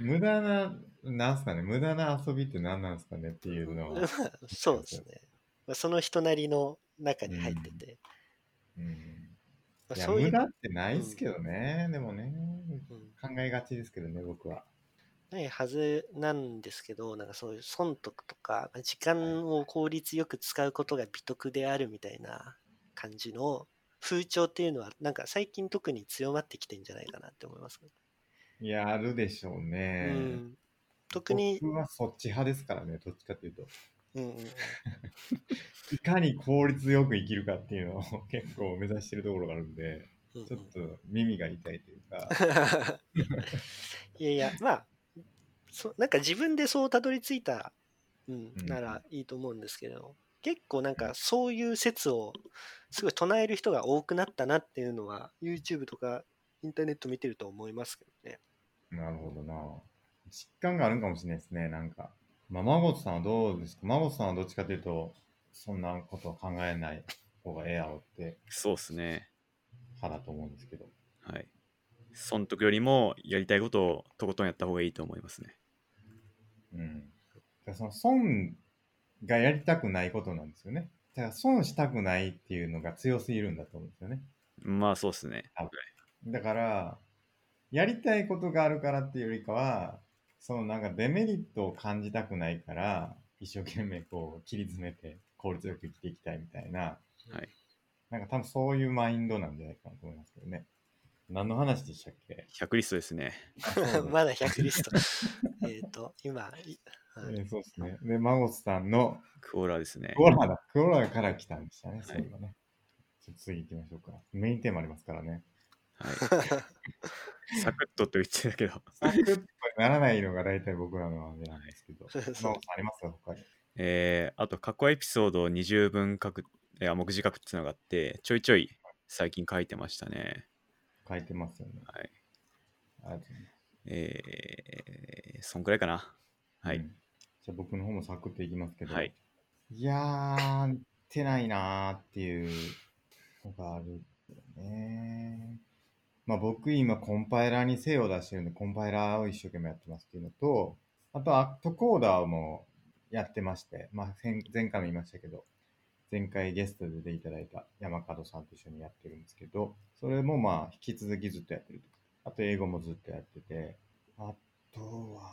S1: 無駄な、なんすかね、無駄な遊びって何なんですかねっていうのは。
S3: そうですねまあその人なりの中に入ってて、
S1: うん
S3: ま
S1: い
S3: あ
S1: や
S3: そうい
S1: 無
S3: う
S1: 駄ってないですけどね、でもね、
S3: うん
S1: 考えがちですけどね、僕は。
S3: ないはずなんですけど、なんかそういう損得とか、時間を効率よく使うことが美徳であるみたいな感じの風潮っていうのは、なんか最近特に強まってきてんじゃないかなって思います。
S1: いや、あるでしょう
S3: う
S1: ね。
S3: ん、特に、
S1: 僕はそっち派ですからね、どっちかというと。
S3: うんうんうん、
S1: いかに効率よく生きるかっていうのを 結構目指してるところがあるんで、
S3: うんうん
S1: ちょっと耳が痛いというか、
S3: いやいや、まあ、そなんか自分でそうたどり着いた、うん
S1: う、ん
S3: ならいいと思うんですけど、結構なんかそういう説をすごい唱える人が多くなったなっていうのは、YouTube とかインターネット見てると思いますけどね。
S1: なるほどな。実感があるんかもしれないですね、なんか。まあ、孫さんはどうですか孫さんはどっちかというと、そんなことは考えない方がええやろって
S2: そうですね。
S1: 派だと思うんですけど。
S2: はい。損得よりもやりたいことをとことんやった方がいいと思いますね。
S1: うん。だからその損がやりたくないことなんですよね。だから損したくないっていうのが強すぎるんだと思うんですよね。
S2: まあそうですね。
S1: だから、やりたいことがあるからっていうよりかは、そのなんかデメリットを感じたくないから、一生懸命こう切り詰めて効率よく生きていきたいみたいな、
S2: はい。
S1: なんか多分そういうマインドなんじゃないかなと思いますけどね。何の話でしたっけ
S2: 100リストですね。
S1: あそうです
S3: まだ100リスト。えっと、今、いはい
S1: えーそうですね。で、マゴスさんの
S2: クオーラーですね
S1: ク。オラだ。クオラから来たんでしたね、
S2: い
S1: そういえばね。ちょっと次行きましょうか。メインテーマありますからね。
S2: はい。サクッとと言ってたけど。
S1: サクッとならないのが大体僕らのあれなんですけど。
S3: そう
S1: マゴスさんありますか他に。
S2: えー、あと過去エピソードを20分書く、いや目次書くっていうのがあって、ちょいちょい最近書いてましたね。
S1: 書いてますよね。
S2: はい。
S1: ありがとうございます
S2: えー、そんくらいかな。は
S1: う
S2: い
S1: ん。じゃあ僕の方もサクッといきますけど、
S2: はい。
S1: いやー、てないなーっていうのがあるんだよね。まあ僕今コンパイラーに精を出してるんで、コンパイラーを一生懸命やってますっていうのと、あとアクトコーダーもやってまして、まあ前前回も言いましたけど、前回ゲストで出ていただいた山門さんと一緒にやってるんですけど、それもまあ引き続きずっとやってると。あと英語もずっとやってて、あとは、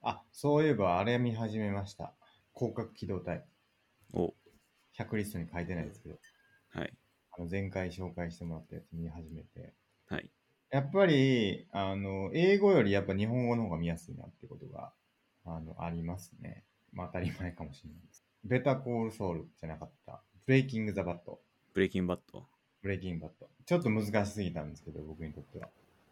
S1: あ、そういえばあれ見始めました。広角機動隊。
S2: お、
S1: 100リストに書いてないですけど、
S2: はい。
S1: あの前回紹介してもらったやつ見始めて、
S2: はい。
S1: やっぱり、あの、英語よりやっぱ日本語の方が見やすいなってことが、あの、ありますね。まあ当たり前かもしれないです。ベタコールソウルじゃなかった。ブレイキングザバット。
S2: ブレイキングバット。
S1: ブレイキングバット。ちょっと難しすぎたんですけど、僕にとっては。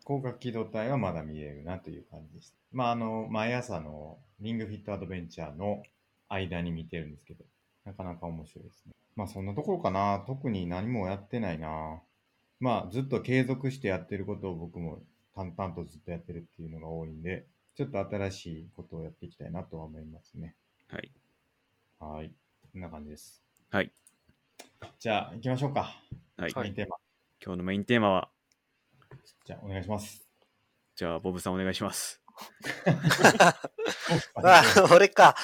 S1: 広角機動隊はまだ見れるなという感じでした。まあ、あの、毎朝のリングフィットアドベンチャーの間に見てるんですけど、なかなか面白いですね。まあ、そんなところかな。特に何もやってないな。まあ、ずっと継続してやってることを僕も淡々とずっとやってるっていうのが多いんで、ちょっと新しいことをやっていきたいなとは思いますね。
S2: はい。
S1: はい。こんな感じです。
S2: はい。
S1: じゃあ、行きましょうか。
S2: はい。
S3: はい
S1: メインテーマ。
S2: 今日のメインテーマは、
S1: じゃあ、お願いします。
S2: じゃあ、ボブさんお願いします。
S3: まあ、 俺か。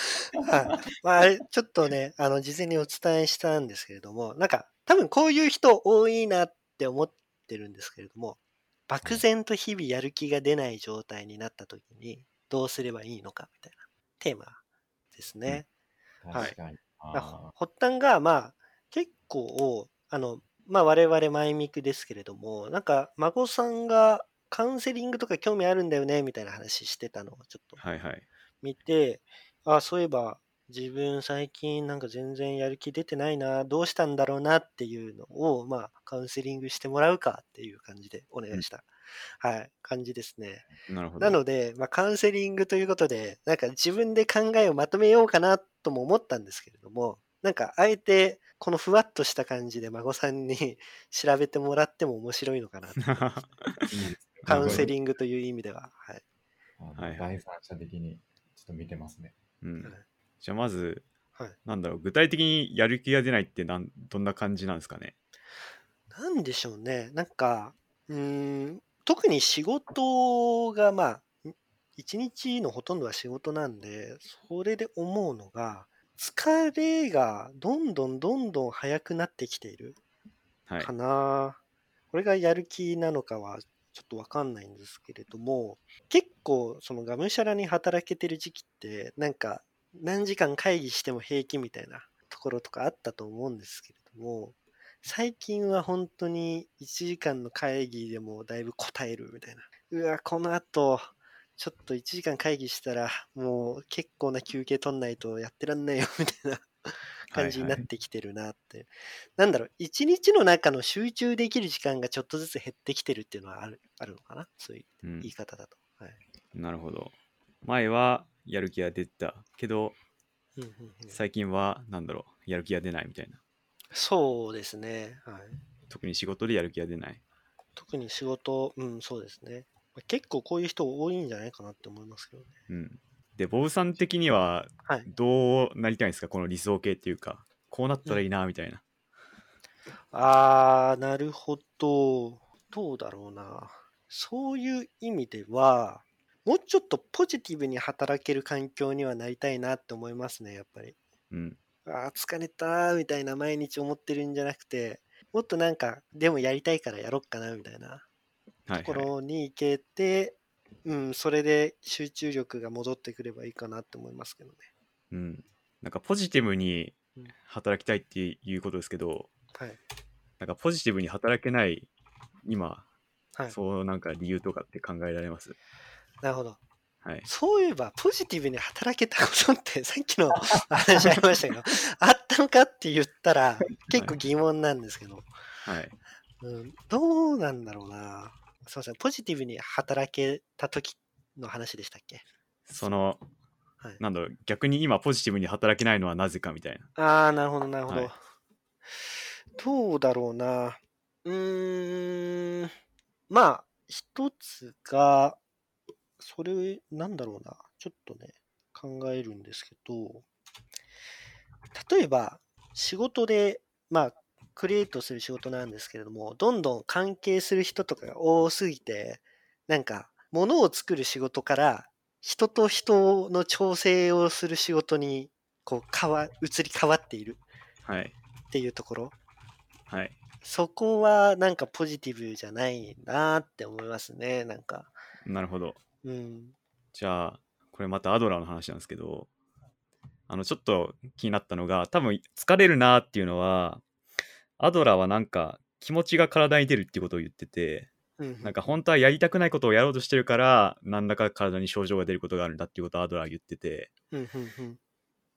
S3: はいまあ、あれ、ちょっとね、あの、事前にお伝えしたんですけれども、なんか、多分こういう人多いなって思ってるんですけれども、漠然と日々やる気が出ない状態になった時に、どうすればいいのかみたいなテーマですね。
S1: 確かに。
S3: まあ
S1: あ
S3: 発端が、まあ、結構、あの、まあ、我々前ミクですけれども、なんか、孫さんがカウンセリングとか興味あるんだよね、みたいな話してたのをちょっと
S2: はいはい。
S3: 見て、あ、そういえば、自分最近なんか全然やる気出てないな、どうしたんだろうなっていうのを、まあ、カウンセリングしてもらうかっていう感じでお願いした、はい、感じですね。
S2: なるほど。
S3: な ので、まあ、カウンセリングということで、なんか自分で考えをまとめようかなとも思ったんですけれども、なんかあえてこのふわっとした感じで孫さんに 調べてもらっても面白いのかなと。
S1: い いですね
S3: カウンセリングという意味では。はい。
S1: あの
S2: はい
S1: 第三者的にちょっと見てますね。
S2: うん
S3: はい、
S2: じゃあまず、
S3: はい
S2: なんだろう、具体的にやる気が出ないってなんどんな感じなんですかね。
S3: なんでしょうね。なんか、うーん、特に仕事が、まあ、ん一日のほとんどは仕事なんで、それで思うのが、疲れがどんどんどんどん早くなってきている。
S2: はい
S3: か。な、これがやる気なのかはちょっとわかんないんですけれども結構そのがむしゃらに働けてる時期ってなんか何時間会議しても平気みたいなところとかあったと思うんですけれども最近は本当に1時間の会議でもだいぶ答えるみたいなうわこのあとちょっと1時間会議したらもう結構な休憩取んないとやってらんないよみたいな感じになってきてるなって、なんだろう一日の中の集中できる時間がちょっとずつ減ってきてるっていうのはあるあるのかなそういう
S2: うん
S3: 言い方だと、はい
S2: なるほど。前はやる気が出てたけど、
S3: うんうんうん
S2: 最近はなんだろう、やる気が出ないみたいな。
S3: そうですね、はい、
S2: 特に仕事でやる気が出ない。
S3: 特に仕事うんそうですねまあ結構こういう人多いんじゃないかなって思いますけどね
S2: うん。で、ボブさん的には
S3: はい
S2: どうなりたいんですか、この理想形っていうか、こうなったらいいなみたいな。
S3: あーなるほどどうだろうなそういう意味ではもうちょっとポジティブに働ける環境にはなりたいなって思いますねやっぱり
S2: うん。
S3: あー疲れたーみたいな毎日思ってるんじゃなくてもっとなんかでもやりたいからやろっかなみたいな
S2: はい、
S3: とこ
S2: はい。
S3: ろに行けて、うんそれで集中力が戻ってくればいいかなって思いますけどね
S2: うん。なんかポジティブに働きたいっていうことですけど、
S3: はい
S2: なんかポジティブに働けない今、
S3: はい
S2: そうなんか理由とかって考えられます
S3: なるほど
S2: はい。
S3: そういえばポジティブに働けたことって さっきの話ありましたけどあったのかって言ったら結構疑問なんですけど、
S2: はい。
S3: うん、どうなんだろうなすいませんポジティブに働けた時の話でしたっけ
S2: その、
S3: はい
S2: なんだろう、逆に今ポジティブに働けないのはなぜかみたいな。
S3: ああ、なるほど、なるほど。
S2: はい
S3: どうだろうな。うーん。まあ、一つが、それ、なんだろうな。ちょっとね、考えるんですけど、例えば、仕事で、まあ、クリエイトする仕事なんですけれども、どんどん関係する人とかが多すぎて、なんか、物を作る仕事から、人と人の調整をする仕事にこう変わ移り変わっている
S2: はい。
S3: っていうところ
S2: はい。
S3: そこはなんかポジティブじゃないなって思いますねなんか
S2: なるほど。
S3: うん
S2: じゃあ、これまたアドラーの話なんですけど、あの、ちょっと気になったのが、多分疲れるなっていうのは、アドラーはなんか気持ちが体に出るっていうことを言ってて、
S3: うん
S2: なんか本当はやりたくないことをやろうとしてるから、何らか体に症状が出ることがあるんだっていうことをアドラーは言ってて、
S3: うんうんうん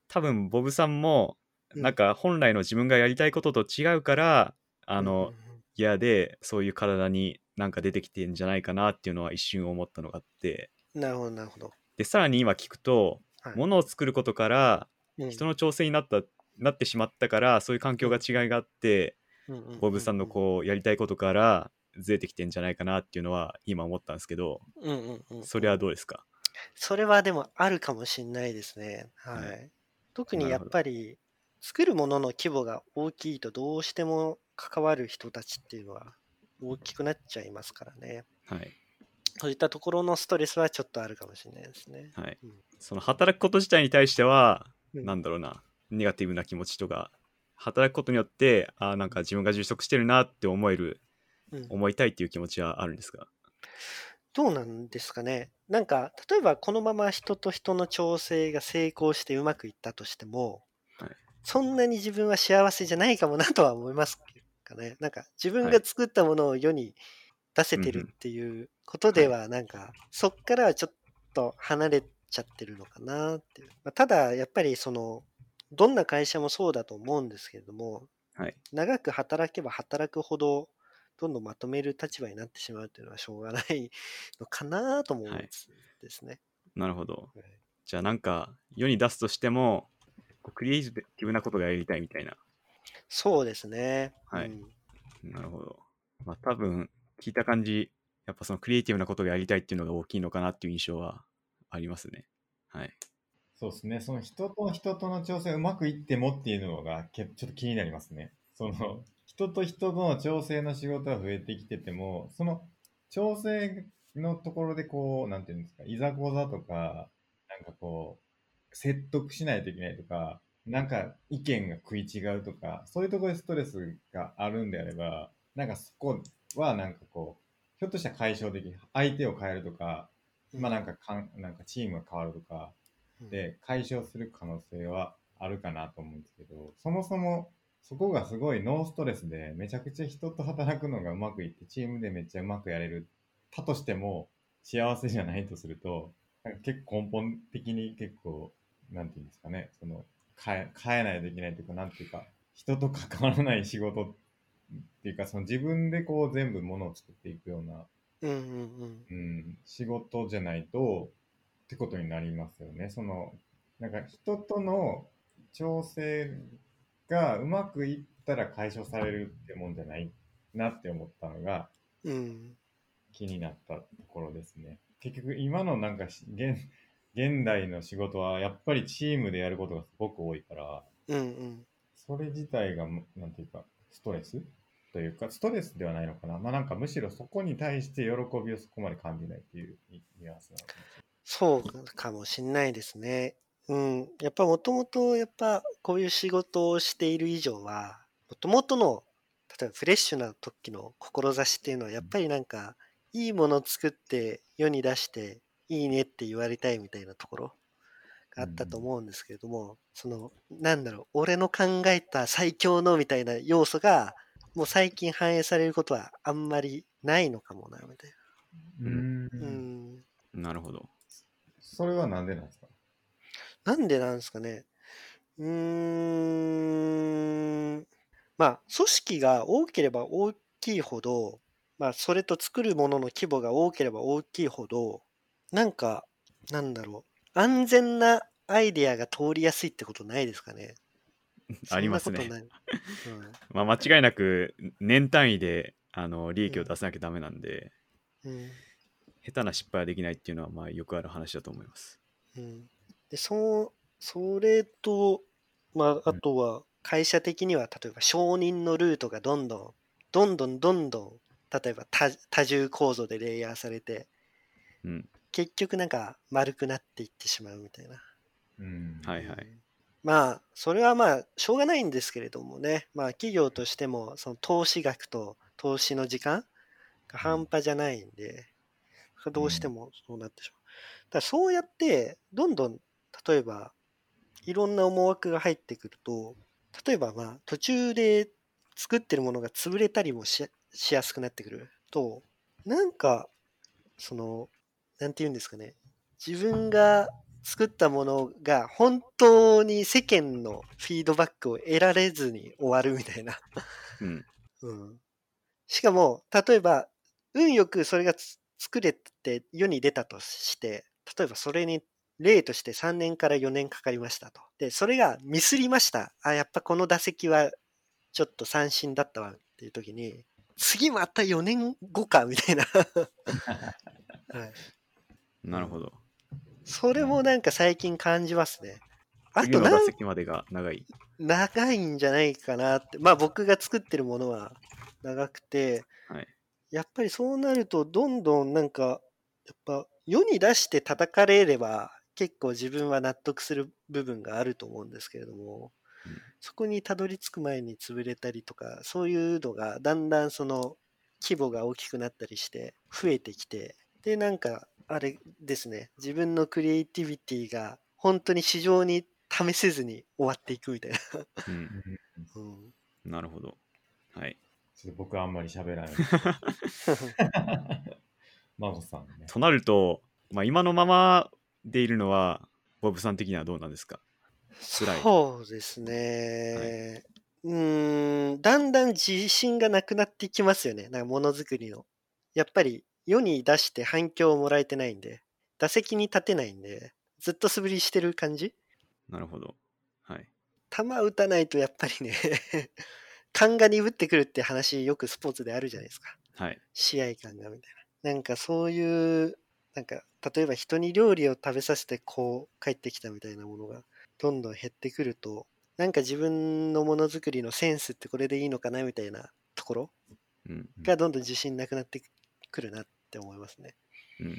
S2: 多分ボブさんも、
S3: うん
S2: なんか本来の自分がやりたいことと違うから、あの、嫌でそういう体になんか出てきてんじゃないかなっていうのは一瞬思ったのがあって
S3: うんなるほどなるほど、
S2: でさらに今聞くと、
S3: はい
S2: 物を作ることから
S3: うん
S2: 人の調整になった、なってしまったからそういう環境が違いがあって、
S3: うんうんうん
S2: ボブさんのこうやりたいことからずれてきてんじゃないかなっていうのは今思ったんですけど
S3: うんうんうん
S2: それはどうですか、
S3: それはでもあるかもしれないですね。はい。
S2: はい
S3: 特にやっぱり作るものの規模が大きいとどうしても関わる人たちっていうのは大きくなっちゃいますからね。
S2: はい
S3: そういったところのストレスはちょっとあるかもしれないですね。
S2: はい
S3: うん。
S2: その働くこと自体に対しては、
S3: うん
S2: なんだろうな、ネガティブな気持ちとか、働くことによって、あーなんか自分が充足してるなって思える、
S3: うん
S2: 思いたいっていう気持ちはあるんですが。
S3: どうなんですかね。なんか、例えばこのまま人と人の調整が成功してうまくいったとしても、
S2: はい
S3: そんなに自分は幸せじゃないかもなとは思いますかね。なんか、自分
S2: は
S3: が作ったものを世に出せてるっていうことでは、なんか、そっからはちょっと離れちゃってるのかなっていう。まあただ、やっぱりその、どんな会社もそうだと思うんですけれども、
S2: はい。
S3: 長く働けば働くほど、どんどんまとめる立場になってしまうというのはしょうがないのかなとも思うんですですね。
S2: なるほど
S3: はい。
S2: じゃあなんか、世に出すとしても、こうクリエイティブなことがやりたいみたいな。
S3: そうですね。
S2: はい
S3: うん
S2: なるほど。まあ多分、聞いた感じ、やっぱそのクリエイティブなことがやりたいっていうのが大きいのかなっていう印象はありますね。はい。
S1: そうですね。その人と人との調整うまくいってもっていうのがけちょっと気になりますね。その人と人との調整の仕事が増えてきてても、その調整のところでこう、なんていうんですか、いざこざとか、なんかこう、説得しないといけないとか、なんか意見が食い違うとか、そういうところでストレスがあるんであれば、なんかそこはなんかこう、ひょっとしたら解消できる。相手を変えるとか、まあなんかかん、なんかチームが変わるとか、で解消する可能性はあるかなと思うんですけどそもそもそこがすごいノーストレスでめちゃくちゃ人と働くのがうまくいってチームでめっちゃうまくやれるたとしても幸せじゃないとするとなんか結構根本的に結構なんていうんですかねその変え変えないといけないというかなんていうか人と関わらない仕事っていうかその自分でこう全部ものを作っていくような
S3: うんうんうん
S1: うん、仕事じゃないとってことになりますよね。そのなんか人との調整がうまくいったら解消されるってもんじゃないなって思ったのが
S3: うん
S1: 気になったところですね。結局今のなんかし現現代の仕事はやっぱりチームでやることがすごく多いから
S3: うんうん
S1: それ自体がむなんていうかストレスというかストレスではないのかな。まあなんかむしろそこに対して喜びをそこまで感じないっていうニュアンスなのかな。
S3: そうかもしんないですね。うん、やっぱもともとやっぱこういう仕事をしている以上はもともとの例えばフレッシュな時の志っていうのはやっぱりなんかいいものを作って世に出していいねって言われたいみたいなところがあったと思うんですけれども、そのなんだろう俺の考えた最強のみたいな要素がもう最近反映されることはあんまりないのかもなみたいうな。う
S1: うん
S3: ん
S2: なるほど。
S1: それはなんでなんですか
S3: なんでなんですかね。うーん。まあ、組織が多ければ大きいほど、まあ、それと作るものの規模が多ければ大きいほど、なんか、なんだろう。安全なアイデアが通りやすいってことないですかね。
S2: ありますね
S3: そんなことない。
S2: まあ、間違いなく年単位であの利益を出さなきゃダメなんで、
S3: うん。うん
S2: 下手な失敗はできないっていうのはまあよくある話だと思います。
S3: うん、でそうそれと、まあ、あ
S1: うん
S3: とは会社的には例えば承認のルートがどんどんどんどんどんどん例えば多多重構造でレイヤーされて
S2: うん。
S3: 結局なんか丸くなっていってしまうみたいな。
S1: うん
S2: はいはい。
S3: まあそれはまあしょうがないんですけれどもね、まあ、企業としてもその投資額と投資の時間が半端じゃないんで、どうしてもそうなってしまう。だからそうやってどんどん例えばいろんな思惑が入ってくると例えばまあ途中で作ってるものが潰れたりもししやすくなってくるとなんかそのなんて言うんですかね自分が作ったものが本当に世間のフィードバックを得られずに終わるみたいな。
S2: うん。
S3: うん、しかも例えば運よくそれがつ作れて世に出たとして例えばそれに例として3年から4年かかりましたと。でそれがミスりました。あやっぱこの打席はちょっと三振だったわっていう時に次また4年後かみ たいな。はい
S2: なるほど。
S3: それもなんか最近感じますね。あ
S2: 次
S3: と
S2: の打
S3: なん
S2: 席までが長い。
S3: 長いんじゃないかなって。まあ僕が作ってるものは長くて、
S2: はい
S3: やっぱりそうなるとどんどんなんかやっぱ世に出して叩かれれば結構自分は納得する部分があると思うんですけれども、
S2: うん
S3: そこにたどり着く前に潰れたりとかそういうのがだんだんその規模が大きくなったりして増えてきてでなんかあれですね自分のクリエイティビティが本当に市場に試せずに終わっていくみたいな、
S2: うん、
S3: うん、
S2: なるほど。はい。
S1: ちょっと僕はあんまり喋らない。 孫さんね。
S2: となると、まあ、今のままでいるのは、ボブさん的にはどうなんですか辛い
S3: そうですね、うーんだんだん自信がなくなってきますよねなんかものづくりのやっぱり世に出して反響をもらえてないんで打席に立てないんでずっと素振りしてる感じ
S2: なるほど。はい。
S3: 球打たないとやっぱりね 勘が鈍ってくるって話よくスポーツであるじゃないですか
S2: はい。
S3: 試合感がみたいななんかそういうなんか例えば人に料理を食べさせてこう帰ってきたみたいなものがどんどん減ってくるとなんか自分のものづくりのセンスってこれでいいのかなみたいなところ
S2: うん。
S3: がどんどん自信なくなってくるなって思いますね。
S2: う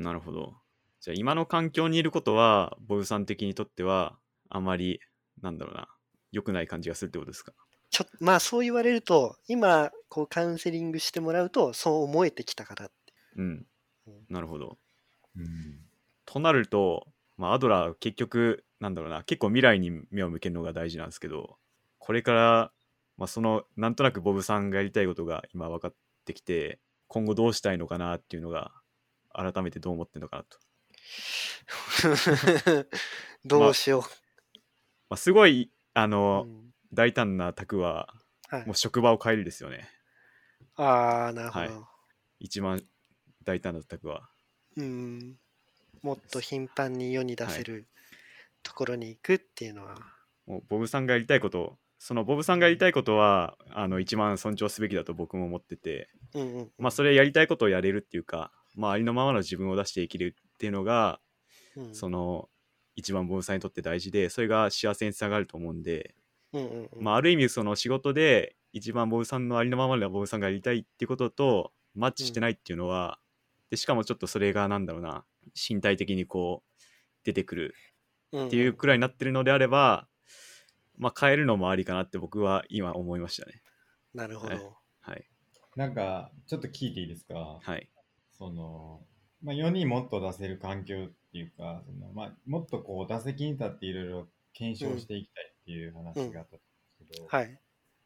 S2: ん。なるほど。じゃあ、今の環境にいることは、ボブさん的にとっては、あまり、なんだろうな、良くない感じがするってことですか
S3: ちょまあそう言われると今こうカウンセリングしてもらうとそう思えてきたかなって
S2: うん
S3: うん。
S2: なるほど。
S1: うん
S2: となると、まあ、アドラー結局なんだろうな結構未来に目を向けるのが大事なんですけどこれから、まあ、そのなんとなくボブさんがやりたいことが今分かってきて今後どうしたいのかなっていうのが改めてどう思ってるのかなと、
S3: どうしよ
S2: まあ、すごいあ
S3: う、
S2: の、
S3: うん
S2: 大胆な卓は
S3: はい
S2: もう、職場を変えるですよね
S3: ああなるほど、
S2: はい一番大胆な卓は
S3: うん、もっと頻繁に世に出せるところに行くっていうのは、
S2: もうボブさんがやりたいことそのボブさんがやりたいことはあの一番尊重すべきだと僕も思ってて、
S3: うんうん
S2: まあ、それやりたいことをやれるっていうか、まあ、ありのままの自分を出して生きるっていうのが、
S3: うん
S2: その一番盆栽にとって大事でそれが幸せにつながると思うんで、
S3: うんうんうん
S2: まあ、ある意味その仕事で一番ボブさんのありのままのボブさんがやりたいっていうこととマッチしてないっていうのは、でしかもちょっとそれがなんだろうな身体的にこう出てくる
S3: うん
S2: っていうくらいになってるのであれば、まあ、変えるのもありかなって僕は今思いましたね
S3: なるほど、
S2: はいはい
S1: なんか、ちょっと聞いていいですか
S2: はい
S1: その、まあ、世にもっと出せる環境っていうか、そのまあ、もっとこう、打席に立っていろいろ検証していきたいっていう話があったんですけど、
S3: はい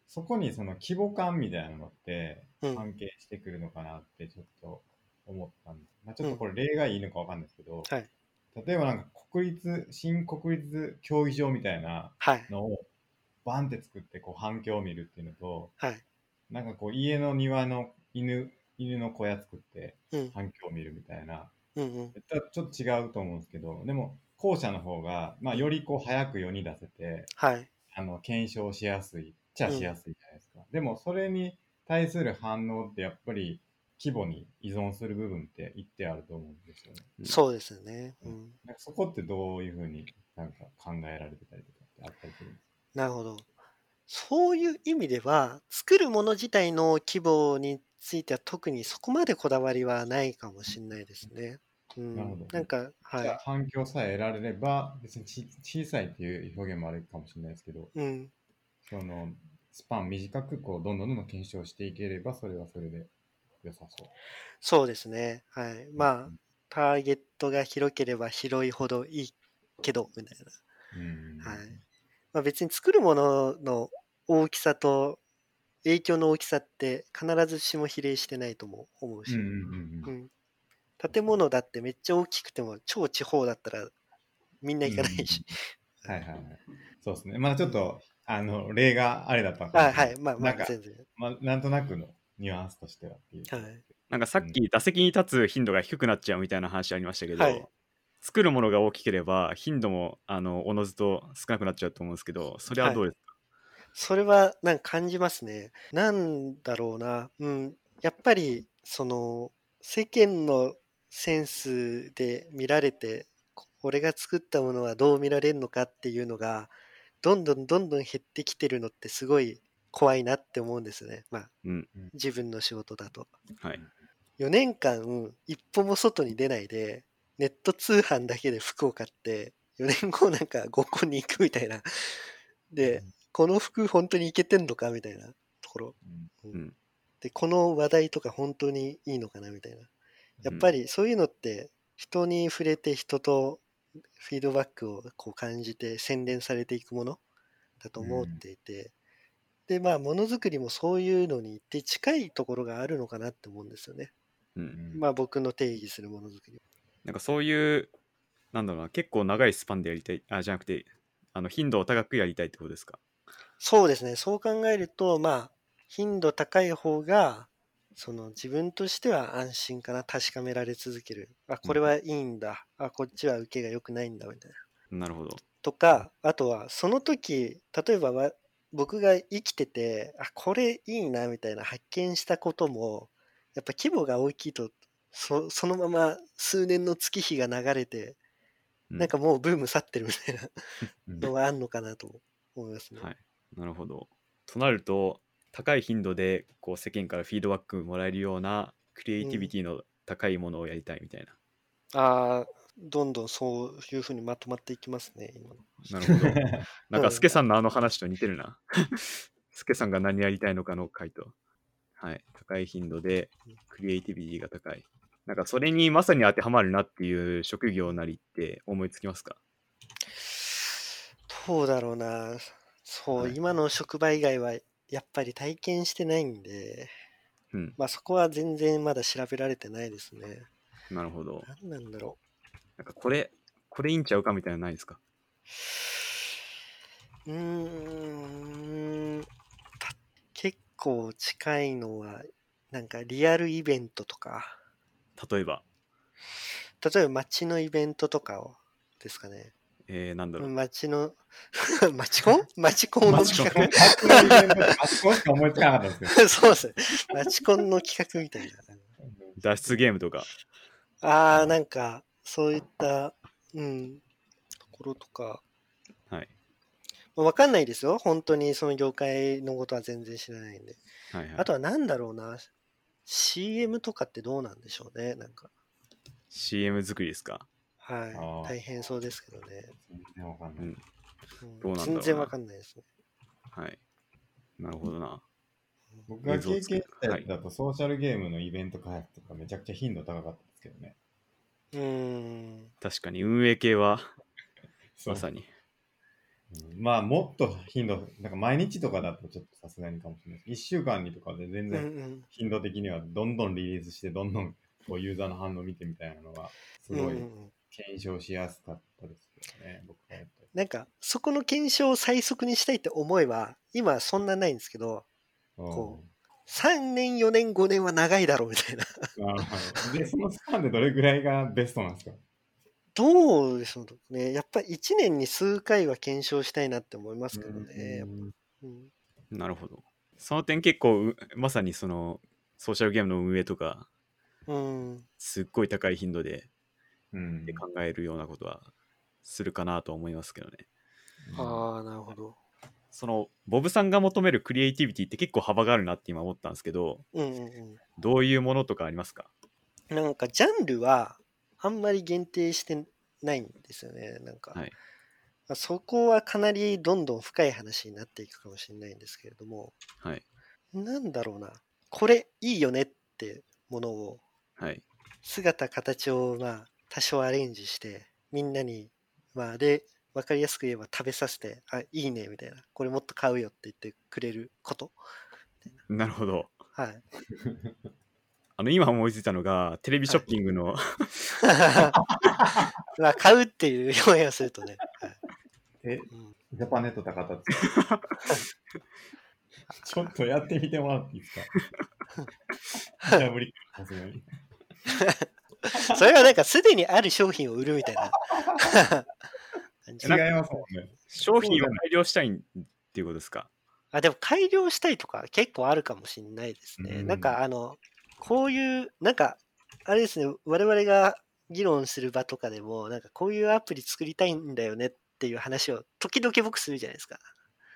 S1: そこにその規模感みたいなのって
S3: うん
S1: 関係してくるのかなってちょっと思ったんです。まあ、ちょっとこれ例外いいのかわかんないですけど、
S3: はい
S1: 例えばなんか国立、新国立競技場みたいな
S3: はい
S1: のをバンって作ってこう反響を見るっていうのと、
S3: はい
S1: なんかこう家の庭の犬、犬の小屋作って
S3: うん
S1: 反響を見るみたいな、
S3: うんうん
S1: ちょちょっと違うと思うんですけど、でも後者の方が、まあよりこう早く世に出せて、
S3: はい
S1: あの検証しやすいっちゃしやすいじゃないですか、でもそれに対する反応ってやっぱり規模に依存する部分って一定あると思うんですよね
S2: うん
S3: そうですよね、うん、
S1: なんかそこってどういうふうになんか考えられてたりとかってあったりするんですか
S3: なるほどそういう意味では作るもの自体の規模については特にそこまでこだわりはないかもしれないですね、うん、
S1: なるほど
S3: んかは
S1: じゃあ
S3: い
S1: 反響さえ得られれば別にち小さいっていう表現もあるかもしれないですけど
S3: うん
S1: そのスパン短くこうどんどんどんどん検証していければそれはそれで良さそう
S3: そうですねはいまあ
S1: うん
S3: ターゲットが広ければ広いほどいいけど、みたい
S1: うん
S3: な。はい。まあ、別に作るものの大きさと影響の大きさって必ずしも比例してないとも思う
S1: うん
S3: し、
S1: うんうんうん
S3: うん建物だってめっちゃ大きくても超地方だったらみんな行かないし、
S1: はいはいはい。そうですね。まあちょっと、あの、例があれだった
S3: はいはい、まあま
S1: な
S3: あ
S1: んか、
S3: 全然。
S1: まあ、なんとなくのニュアンスとしてはっていう。
S3: はい
S2: なんかさっき打席に立つ頻度が低くなっちゃうみたいな話ありましたけど、
S3: はい
S2: 作るものが大きければ頻度もあのおのずと少なくなっちゃうと思うんですけどそれはどうです
S3: それはなんか感じますね。なんだろうな。うん。やっぱり、その、世間のセンスで見られて、こ俺が作ったものはどう見られるのかっていうのが、どんどんどんどん減ってきてるのってすごい怖いなって思うんですね。まあ、
S2: うん
S3: 自分の仕事だと。
S2: か、はい
S3: 4年間一歩も外に出ないでネット通販だけで服を買って4年後なんか合コンに行くみたいなで、この服本当にいけてんのかみたいなところ
S2: うん。
S3: でこの話題とか本当にいいのかなみたいなやっぱりそういうのって人に触れて人とフィードバックをこう感じて洗練されていくものだと思っていて、でまあものづくりもそういうのに一定近いところがあるのかなって思うんですよね。
S2: う。
S1: うんん
S3: まあ僕の定義するものづくり。
S2: なんかそういう、なんだろうな、結構長いスパンでやりたい、あ、じゃなくて、あの頻度を高くやりたいってことですか。
S3: そうですねそう考えるとまあ頻度高い方がその自分としては安心かな確かめられ続けるあこれはいいんだ、あこっちは受けが良くないんだみたいな。
S2: なるほど。
S3: とかあとはその時例えばわ僕が生きててあこれいいなみたいな発見したこともやっぱ規模が大きいとそそのまま数年の月日が流れて、
S2: うん
S3: なんかもうブーム去ってるみたいな
S1: うん
S3: のがあんのかなと思いますね。
S2: はい。なるほど。となると、高い頻度でこう世間からフィードバックもらえるようなクリエイティビティの高いものをやりたいみたいな。
S3: ああどんどんそういうふうにまとまっていきますね今の。
S2: なるほど。なん
S3: う
S2: か、
S3: ん
S2: スケさんのあの話と似てるな。 スケさんが何やりたいのかの回と。はい。高い頻度で、クリエイティビティが高い。なんか、それにまさに当てはまるなっていう職業なりって思いつきますか
S3: どうだろうなそう、
S2: はい
S3: 今の職場以外はやっぱり体験してないんで。
S2: うん。
S3: まあそこは全然まだ調べられてないですね。
S2: なるほど。
S3: 何なんだろ
S2: なんか、これ、これいいんちゃうかみたいなのないですか
S3: う。うーん。た結構近いのは、なんかリアルイベントとか、
S2: 例えば、
S3: 例えば街のイベントとかを、ですかね。
S2: えー、なんだろう。
S3: 街の、 街コン街コンの企
S2: 街
S3: 画
S1: あそこのイベントあそこしか思いつかなかったんですよ。
S3: そうですね。街コンの企画みたいな。
S2: 脱出ゲームとか。
S3: ああ、なんか、そういった、うん、ところとか、
S2: はい。
S3: わかんないですよ。本当にその業界のことは全然知らないんで。
S2: はい、はい。
S3: あとは何だろうな CM とかってどうなんでしょうねなんか
S2: CM 作りですか
S1: あ
S3: は
S1: ー
S3: い大変そうですけどね、
S1: 全然わかんない。
S2: うん
S3: うん
S2: どうなんだろうな
S3: 全然わかんないですね
S2: はい。なるほどな。
S1: 僕が経験したやつだ
S2: は
S1: と、ソーシャルゲームのイベント開発とかめちゃくちゃ頻度高かったですけどね。
S3: うーん
S2: 確かに、運営系は、
S1: そう
S2: まさに。
S1: うんまあ、もっと頻度、なんか毎日とかだとちょっとさすがにかもしれないです。1週間にとかで全
S3: うんう
S1: 然
S3: ん
S1: 頻度的にはどんどんリリースして、どんどんこうユーザーの反応見てみたいなのが、す
S3: うんう
S1: ごい
S3: ん
S1: 検証しやすかったですけどね、僕はやっぱり。
S3: なんかそこの検証を最速にしたいって思いは今はそんなないんですけどこ3年4年5年は長いだろうみ たいな
S1: うんあーで、そのスパンでどれぐらいがベストなんですか
S3: どうでしょうねやっぱ1年に数回は検証したいなって思いますけどね、うん
S2: なるほど。その点結構うまさにそのソーシャルゲームの運営とか
S3: うん、
S2: すっごい高い頻度で
S1: うん。うん
S2: 考えるようなことはするかなとは思いますけどね。
S3: ああなるほど
S2: そのボブさんが求めるクリエイティビティって結構幅があるなって今思ったんですけど
S3: うんうんうん
S2: どういうものとかありますか
S3: なんかジャンルはあんまり限定してないんですよね。なんか、
S2: はい
S3: まあそこはかなりどんどん深い話になっていくかもしれないんですけれども、
S2: はい
S3: なんだろうな、これいいよねってものを
S2: はい
S3: 姿形をまあ多少アレンジしてみんなにまあで分かりやすく言えば食べさせてあいいねみたいなこれもっと買うよって言ってくれること
S2: なるほど
S3: はい
S2: あの今思いついたのがテレビショッピングの、
S3: まあ買うっていう表現をするとね、はい
S1: え、
S3: うん
S1: ジャパネット高田です かちょっとやってみてもらっていいです かじゃあ無理かさすがに。
S3: それはなんかすでにある商品を売るみたいな。 感じ
S1: 違いますもんね。
S2: 商品を改良したいっていうことですか
S3: あでも改良したいとか結構あるかもしれないですね。
S1: うん
S3: なんかあのこういうなんかあれですね我々が議論する場とかでもなんかこういうアプリ作りたいんだよねっていう話を時々僕するじゃないですか。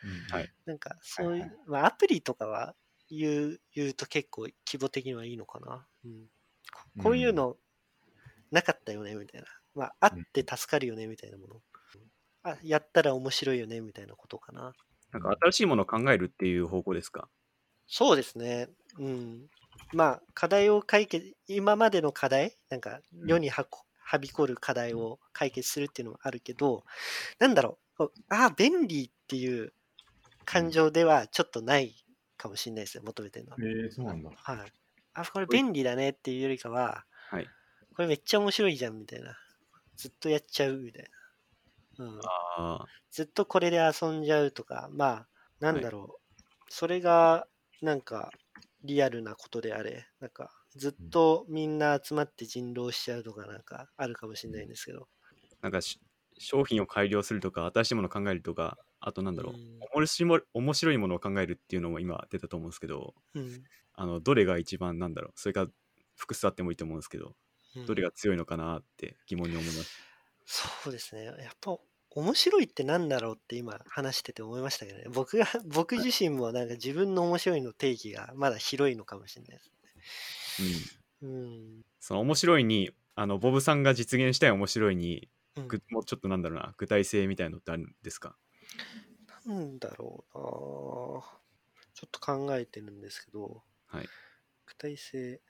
S1: うん
S2: はい
S3: なんかそういう、
S1: はい
S3: まあ、アプリとかは言う言うと結構規模的にはいいのかな。うんここういうのなかったよねみたいな、まあ、あって助かるよねみたいなもの、あやったら面白いよねみたいなことかな
S2: なんか新しいものを考えるっていう方向ですか
S3: そうですねうんまあ課題を解決今までの課題なんか世にはこはびこる課題を解決するっていうのもあるけどなんだろうこうああ便利っていう感情ではちょっとないかもしれないですね求めてるのは
S1: えー、そうなんだ。
S3: はい。あ、これ便利だねっていうよりかは、
S2: はい。
S3: これめっちゃ面白いじゃんみたいな。ずっとやっちゃうみたいな。うん。
S2: あ
S3: ずっとこれで遊んじゃうとか、まあ、なんだろう。それが、なんか、リアルなことであれ、なんか、ずっとみんな集まって人狼しちゃうとかなんかあるかもしれないんですけど。
S2: ーなんかし商品を改良するとか、新しいものを考えるとか、あとなんだろう、
S3: うん
S2: 面白い面白いものを考えるっていうのも今出たと思うんですけど、
S3: うん。
S2: あのどれが一番なんだろう、それが複数あってもいいと思うんですけど、
S3: うん
S2: どれが強いのかなって疑問に思います。
S3: そうですね。やっぱ面白いってなんだろうって今話してて思いましたけどね。僕が、僕自身もなんか自分の面白いの定義がまだ広いのかもしれないです。
S2: うん、
S3: うん。
S2: その面白いに、あのボブさんが実現したい面白いに、
S3: うん
S2: ぐもうちょっとなんだろうな、具体性みたいなのってあるんですか
S3: なんだろうなぁちょっと考えてるんですけど、
S2: はい
S3: 具体性。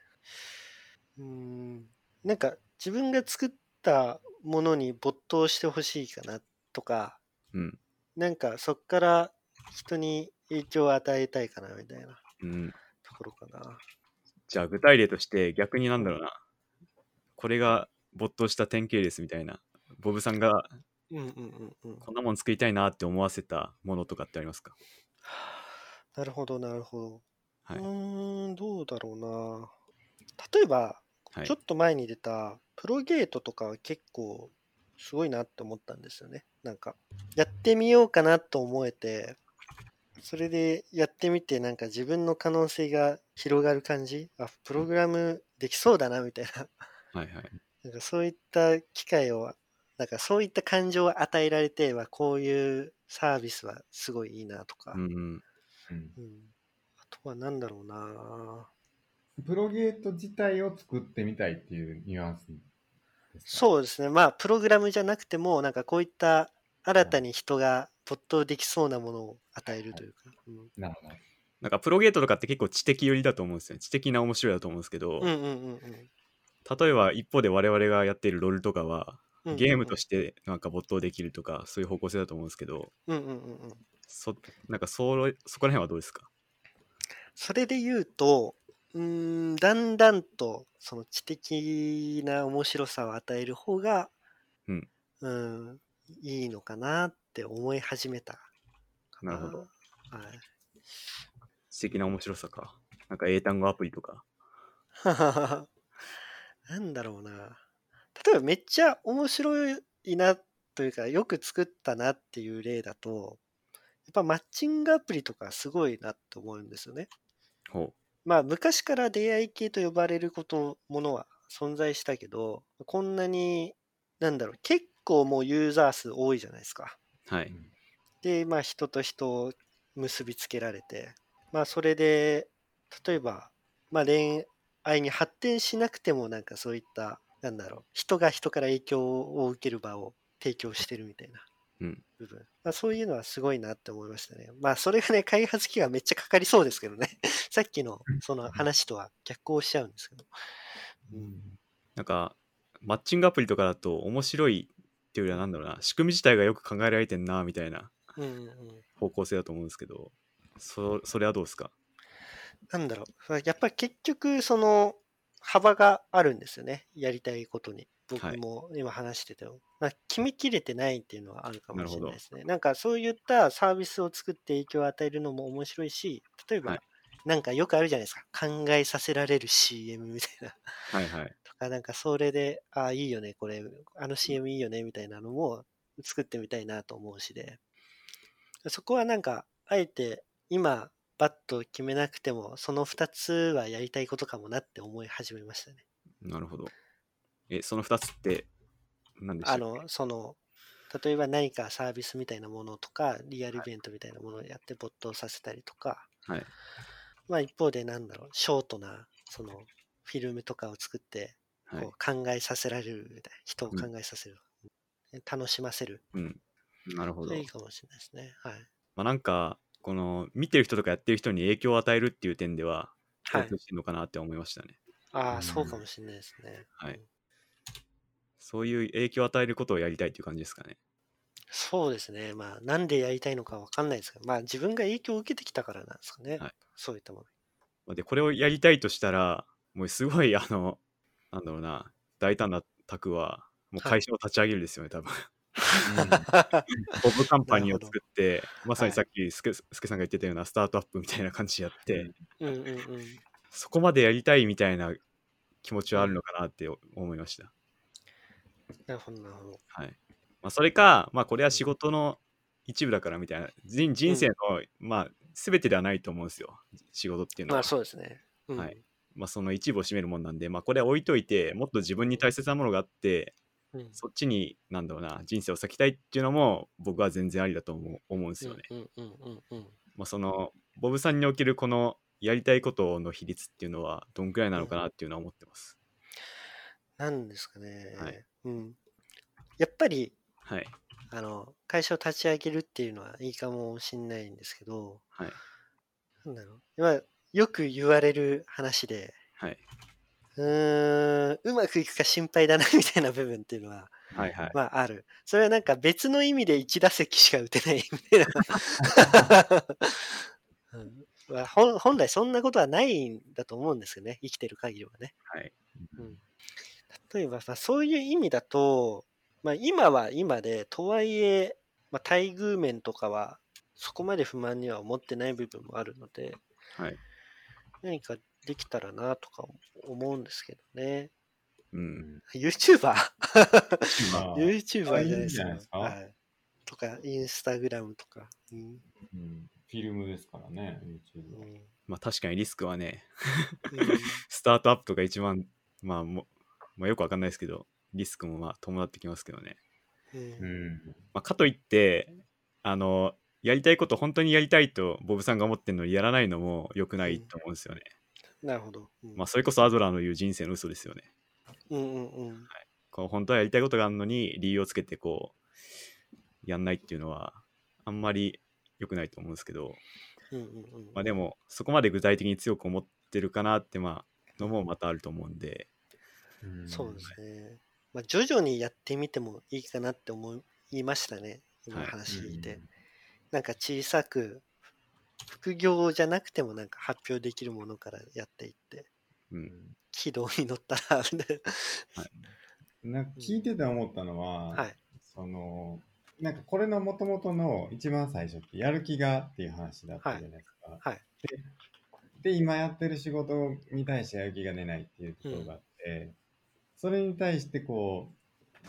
S3: うーん。なんか自分が作ったものに没頭してほしいかなとか、
S2: うん。
S3: なんかそっから人に影響を与えたいかなみたいな
S2: うん、
S3: ところかな。
S2: じゃあ具体例として逆になんだろうな、これが没頭した典型ですみたいな、ボブさんが
S3: うんうんうんうん。
S2: こんなもん作りたいなって思わせたものとかってありますか
S3: なるほど、なるほど。。
S2: はいう
S3: ーん、どうだろうな。例えば、
S2: はい
S3: ちょっと前に出たプロゲートとかは結構すごいなって思ったんですよね。なんか、やってみようかなと思えて、それでやってみて、なんか自分の可能性が広がる感じあ、プログラムできそうだな、みたいな。
S2: はいはい。
S3: なんかそういった機会を、なんかそういった感情を与えられて、はこういうサービスはすごいいいなとか。
S2: うんうん。
S1: うん
S3: うんあとは何だろうな
S1: プロゲート自体を作ってみたいっていうニュアンスですか
S3: そうですねまあプログラムじゃなくてもなんかこういった新たに人が没頭できそうなものを与えるというか、うん
S1: なるほど。
S2: なんかプロゲートとかって結構知的寄りだと思うんですよね。知的な面白いだと思うんですけど、
S3: うんうんうんうん
S2: 例えば一方で我々がやっているロールとかは、
S3: うん
S2: ゲームとしてなんか没頭できるとか、そういう方向性だと思うんですけど、
S3: うんうんうんうん
S2: そなんかそれそこら辺はどうですか
S3: それで言うとうーんだんだんとその知的な面白さを与える方が、
S2: うん
S3: うんいいのかなって思い始めたか
S2: なるほど、
S3: はい
S2: 知的な面白さか。なんか英単語アプリとか。
S3: なんだろうな。例えばめっちゃ面白いなというか、よく作ったなっていう例だと、やっぱマッチングアプリとかすごいなと思うんですよね。
S2: ほ
S3: まあ昔から出会い系と呼ばれること、ものは存在したけど、こんなに、なんだろう、結構もうユーザー数多いじゃないですか。
S2: う。はい。
S3: で、まあ、人と人を結びつけられて、まあ、それで、例えば、まあ、恋愛に発展しなくても、なんかそういった、なんだろう、人が人から影響を受ける場を提供してるみたいな
S2: うん
S3: 部分。まあ、そういうのはすごいなって思いましたね。まあ、それがね、開発期間めっちゃかかりそうですけどね。 さっきのその話とは逆行しちゃうんですけど。うん
S2: なんか、マッチングアプリとかだと面白いっていうよりはなんだろうな、仕組み自体がよく考えられてんな、みたいな
S3: うんうんうん
S2: 方向性だと思うんですけど、そそれはどうですか
S3: なんだろう、やっぱり結局、その幅があるんですよね、やりたいことに。
S2: は
S3: 僕
S2: い
S3: も今話してても、まあ決めきれてないっていうのはあるかもしれないですね。なんかそういったサービスを作って影響を与えるのも面白いし、例えば、
S2: はい
S3: なんかよくあるじゃないですか、考えさせられる CM みたいな。
S2: はいはい。
S3: とか、なんかそれで、ああ、いいよね、これ、あの CM いいよね、みたいなのも作ってみたいなと思うしで、そこはなんか、あえて今、バッと決めなくても、その2つはやりたいことかもなって思い始めましたね。
S2: なるほど。え、その2つって何でした
S3: あ
S2: っけ
S3: の、その、例えば何かサービスみたいなものとか、リアルイベントみたいなものをやって没頭させたりとか、
S2: はい。
S3: まあ一方でなんだろう、ショートな、その、フィルムとかを作って、
S2: はい
S3: こう考えさせられるみたいな、人を考えさせる、楽しませる、
S2: うん、なるほ
S3: そ
S2: ど
S3: れいいかもしれないですね。はい。
S2: まあ、なんかこの見てる人とかやってる人に影響を与えるっていう点では
S3: は
S2: 共
S3: い
S2: 通、してるのかなって思いましたね、
S3: あ
S1: うん
S3: あ、そうかもしれないですね。
S2: はい
S3: うん
S2: そういう影響を与えることをやりたいっていう感じですかね
S3: そうですね。まあ、なんでやりたいのかわかんないですけど、まあ、自分が影響を受けてきたからなんですかね。
S2: はい
S3: そういったもの。
S2: まあでこれをやりたいとしたらもうすごいあのなんだろうな大胆な卓はもう会社を立ち上げるですよね、多分ボブカンパニーを作ってまさにさっきすけ,、すけさんが言ってたようなスタートアップみたいな感じでやって、
S1: うん
S3: うんうんうん。
S2: そこまでやりたいみたいな気持ちはあるのかなって思いました
S3: なるほど、なるほど。
S2: はい。まあ、それか、まあ、これは仕事の一部だからみたいな、人人生の、まあ、全てではないと思うんですよ、仕事っていうのは。
S3: まあ、そうですね。うん
S2: はい。まあ、その一部を占めるもんなんで、まあ、これは置いといて、もっと自分に大切なものがあって、
S3: うん
S2: そっちに、なんだろうな、人生を割きたいっていうのも、僕は全然ありだと思う思うんですよね。
S3: うんうんうんうんうん。
S2: まあ、その、ボブさんにおけるこの、やりたいことの比率っていうのは、どんくらいなのかなっていうのは思ってます。
S3: なんですかね。
S2: はい
S3: うん。やっぱり、
S2: はい。
S3: あの、会社を立ち上げるっていうのはいいかもしれないんですけど、
S2: はい。
S3: なんだろう。今、よく言われる話で、
S2: はい。
S3: うーん、うまくいくか心配だなみたいな部分っていうのは、
S2: はいはい。
S3: まあある。それはなんか別の意味で1打席しか打てないみた いな、うんまあ本。本来そんなことはないんだと思うんですよね。生きてる限りはね。
S2: はい。
S3: 例えばさ、そういう意味だと、まあ今は今で、とはいえ、まあ待遇面とかはそこまで不満には思ってない部分もあるので、
S2: はい。
S3: 何かできたらなとか思うんですけどね。
S2: うん。
S3: YouTuber?
S1: まあ
S3: YouTuber じゃない
S1: いいん
S3: で
S1: じ
S3: す
S1: ゃ
S3: か。
S1: ないですか
S3: はい、とか、インスタグラムとか。うん
S1: うんフィルムですからね、
S3: う
S1: YouTube
S3: ん
S1: は。
S2: まあ、確かにリスクはね、
S3: うん
S2: スタートアップが一番、まあも、まあ、よくわかんないですけど、リスクもまあ伴ってきますけどね。
S3: うん
S1: うん
S2: まあ、かといって、あの、やりたいこと、本当にやりたいと、ボブさんが思ってるのにやらないのも良くないと思うんですよね。
S3: なるほど。うん
S2: まあ、それこそアドラーの言う人生の嘘ですよね。
S3: うんうんうん。
S2: こう本当はやりたいことがあるのに、理由をつけて、こう、やんないっていうのは、あんまり良くないと思うんですけど、
S3: うんうんうん
S2: まあ、でも、そこまで具体的に強く思ってるかなって、まあ、のもまたあると思うんで、
S1: うん
S3: そうですね。まあ、徐々にやってみてもいいかなって思いましたね。今の
S2: はい
S3: 話聞いて。なんか小さく、副業じゃなくてもなんか発表できるものからやっていって、
S2: う。
S1: うんん
S3: 軌道に乗ったら、で
S1: なんか聞いてて思ったのは、
S3: はい。
S1: そのなんかこれの元々の一番最初ってやる気がっていう話だったじゃないですか。
S3: はい
S1: でで今やってる仕事に対してやる気が出ないっていうところがあって、それに対してこ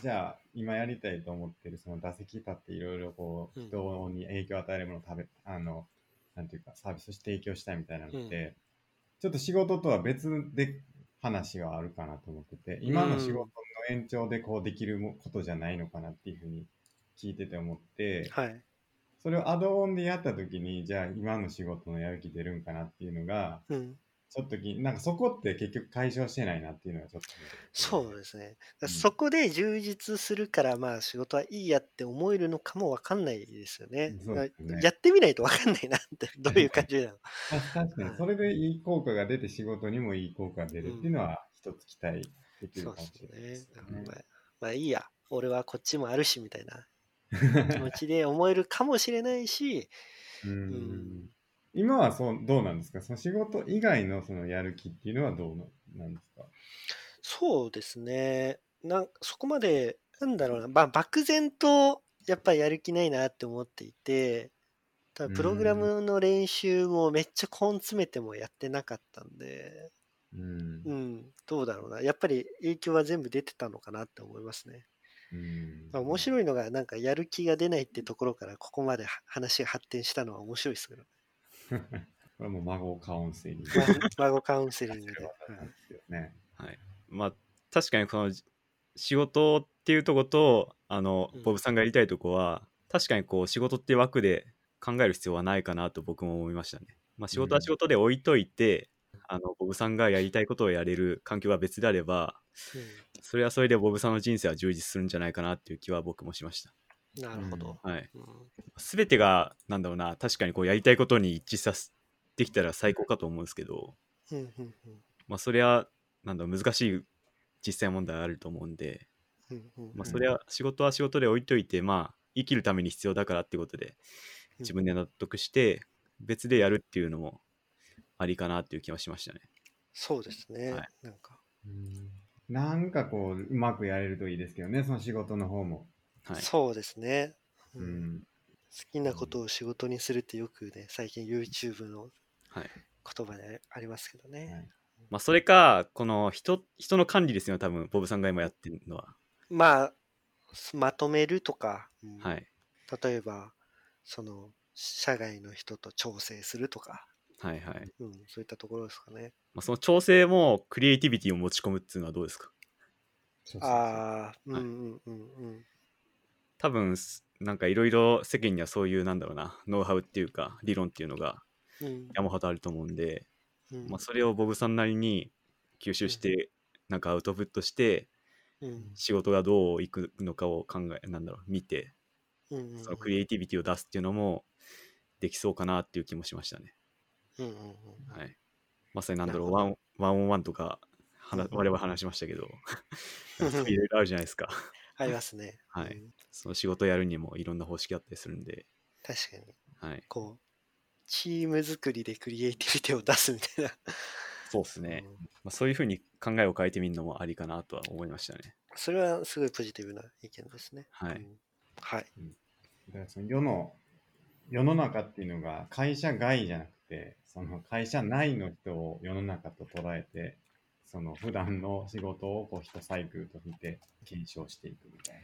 S1: うじゃあ今やりたいと思ってるその打席立っていろいろこう
S3: うん
S1: 人に影響を与えるものを食べあのなんていうかサービスとして提供したいみたいなのって、ちょっと仕事とは別で話があるかなと思ってて今の仕事の延長でこうできるもことじゃないのかなっていうふうに聞いてて思って、
S3: はい。
S1: それをアドオンでやった時にじゃあ今の仕事のやる気出るんかなっていうのが
S3: うん。
S1: ちょっときなんかそこって結局解消してないなっていうのはちょっと
S3: そうですね。
S1: うん
S3: そこで充実するから、まあ仕事はいいやって思えるのかもわかんないですよね。
S1: そうですね
S3: やってみないとわかんないなって、どういう感じ なの。
S1: た確かにそれでいい効果が出て仕事にもいい効果が出るっていうのは一つ期待できる
S3: そう
S1: かもしれない
S3: で
S1: ですす
S3: ね。
S1: ね。
S3: まあ、まあいいや、俺はこっちもあるしみたいな気持 ちで思えるかもしれないし、
S1: うん今はそうどうなんですかその仕事以外のそのやる気っていうのはどうなんですか
S3: そうですね。なんそこまで、なんだろうな、まあ、漠然とやっぱりやる気ないなって思っていて、ただプログラムの練習もめっちゃ根詰めてもやってなかったんで、
S1: うん
S3: うん、どうだろうな。やっぱり影響は全部出てたのかなって思いますね。
S1: うん
S3: まあ、面白いのが、なんかやる気が出ないってところから、ここまでは話が発展したのは面白いで すけど、
S1: これも孫カウンセリング
S3: ま孫カウンセリングで。
S1: なんですよね。
S2: はい、まあ確かにこのじ仕事っていうとことあの
S3: うん
S2: ボブさんがやりたいとこは、確かにこう仕事っていう枠で考える必要はないかなと僕も思いましたね。まあ、仕事は仕事で置いといて、あのボブさんがやりたいことをやれる環境が別であればそれはそれでボブさんの人生は充実するんじゃないかなっていう気は僕もしました。
S3: うんなるほど。
S2: はい、
S3: うん
S2: 全てがなんだろうな確かにこうやりたいことに一致させできたら最高かと思うんですけど、
S3: うんうんうん
S2: まあ、それはなんだろう難しい実際問題あると思うんで、
S3: うんうん
S2: まあ、
S1: うん
S2: それは仕事は仕事で置いといて、まあ生きるために必要だからってことで自分で納得して別でやるっていうのもありかなっていう気はしましたね。
S3: そうですね。
S2: はい
S3: なんか、
S1: なんかこう、うまくやれるといいですけどね、その仕事の方も。
S2: はい、
S3: そうですね。う
S1: うんん。
S3: 好きなことを仕事にするってよくね、最近 YouTube の
S2: はい
S3: 言葉でありますけどね。
S1: はい
S2: まあ、それかこの人人の管理ですよ多分ボブさんが今やってるのは。
S3: まあ、すまとめるとか、うん
S2: はい
S3: 例えば、その、社外の人と調整するとか、
S2: はいはい
S3: うん、そういったところですかね。
S2: まあ、その調整もクリエイティビティを持ち込むっていうのはどうですか
S1: そうそうそう
S3: ああ、うんう
S2: はい
S3: んうんうん。
S2: 多分すなんかいろいろ世間にはそういうなんだろうなノウハウっていうか理論っていうのが
S3: うん
S2: 山ほどあると思うんで、
S3: うん
S2: まあ、それをボブさんなりに吸収してなんかアウトプットして
S3: うん
S2: 仕事がどういくのかを考えなんだろう見て
S3: うん
S2: そのクリエイティビティを出すっていうのもできそうかなっていう気もしましたね。
S3: うんうんうんうん
S2: はい、まさになんだろ
S3: な
S2: う
S3: るほ
S2: ワンワンオンワンとか話我々話しました けどそういろいろあるじゃないですか。
S3: ありますね。
S2: はい
S3: うん
S2: その仕事やるにもいろんな方式だったりするんで、
S3: 確かに、
S2: はい、
S3: こう、チーム作りでクリエイティビティを出すみたいな。
S2: そうですね、
S3: うん
S2: まあ、そういうふうに考えを変えてみるのもありかなとは思いましたね。
S3: それはすごいポジティブな意見ですね。
S2: はい
S3: うんはい。
S1: だからその世の世の中っていうのが会社外じゃなくてその会社内の人を世の中と捉えてその普段の仕事をこう一サイクルと見て検証していくみたい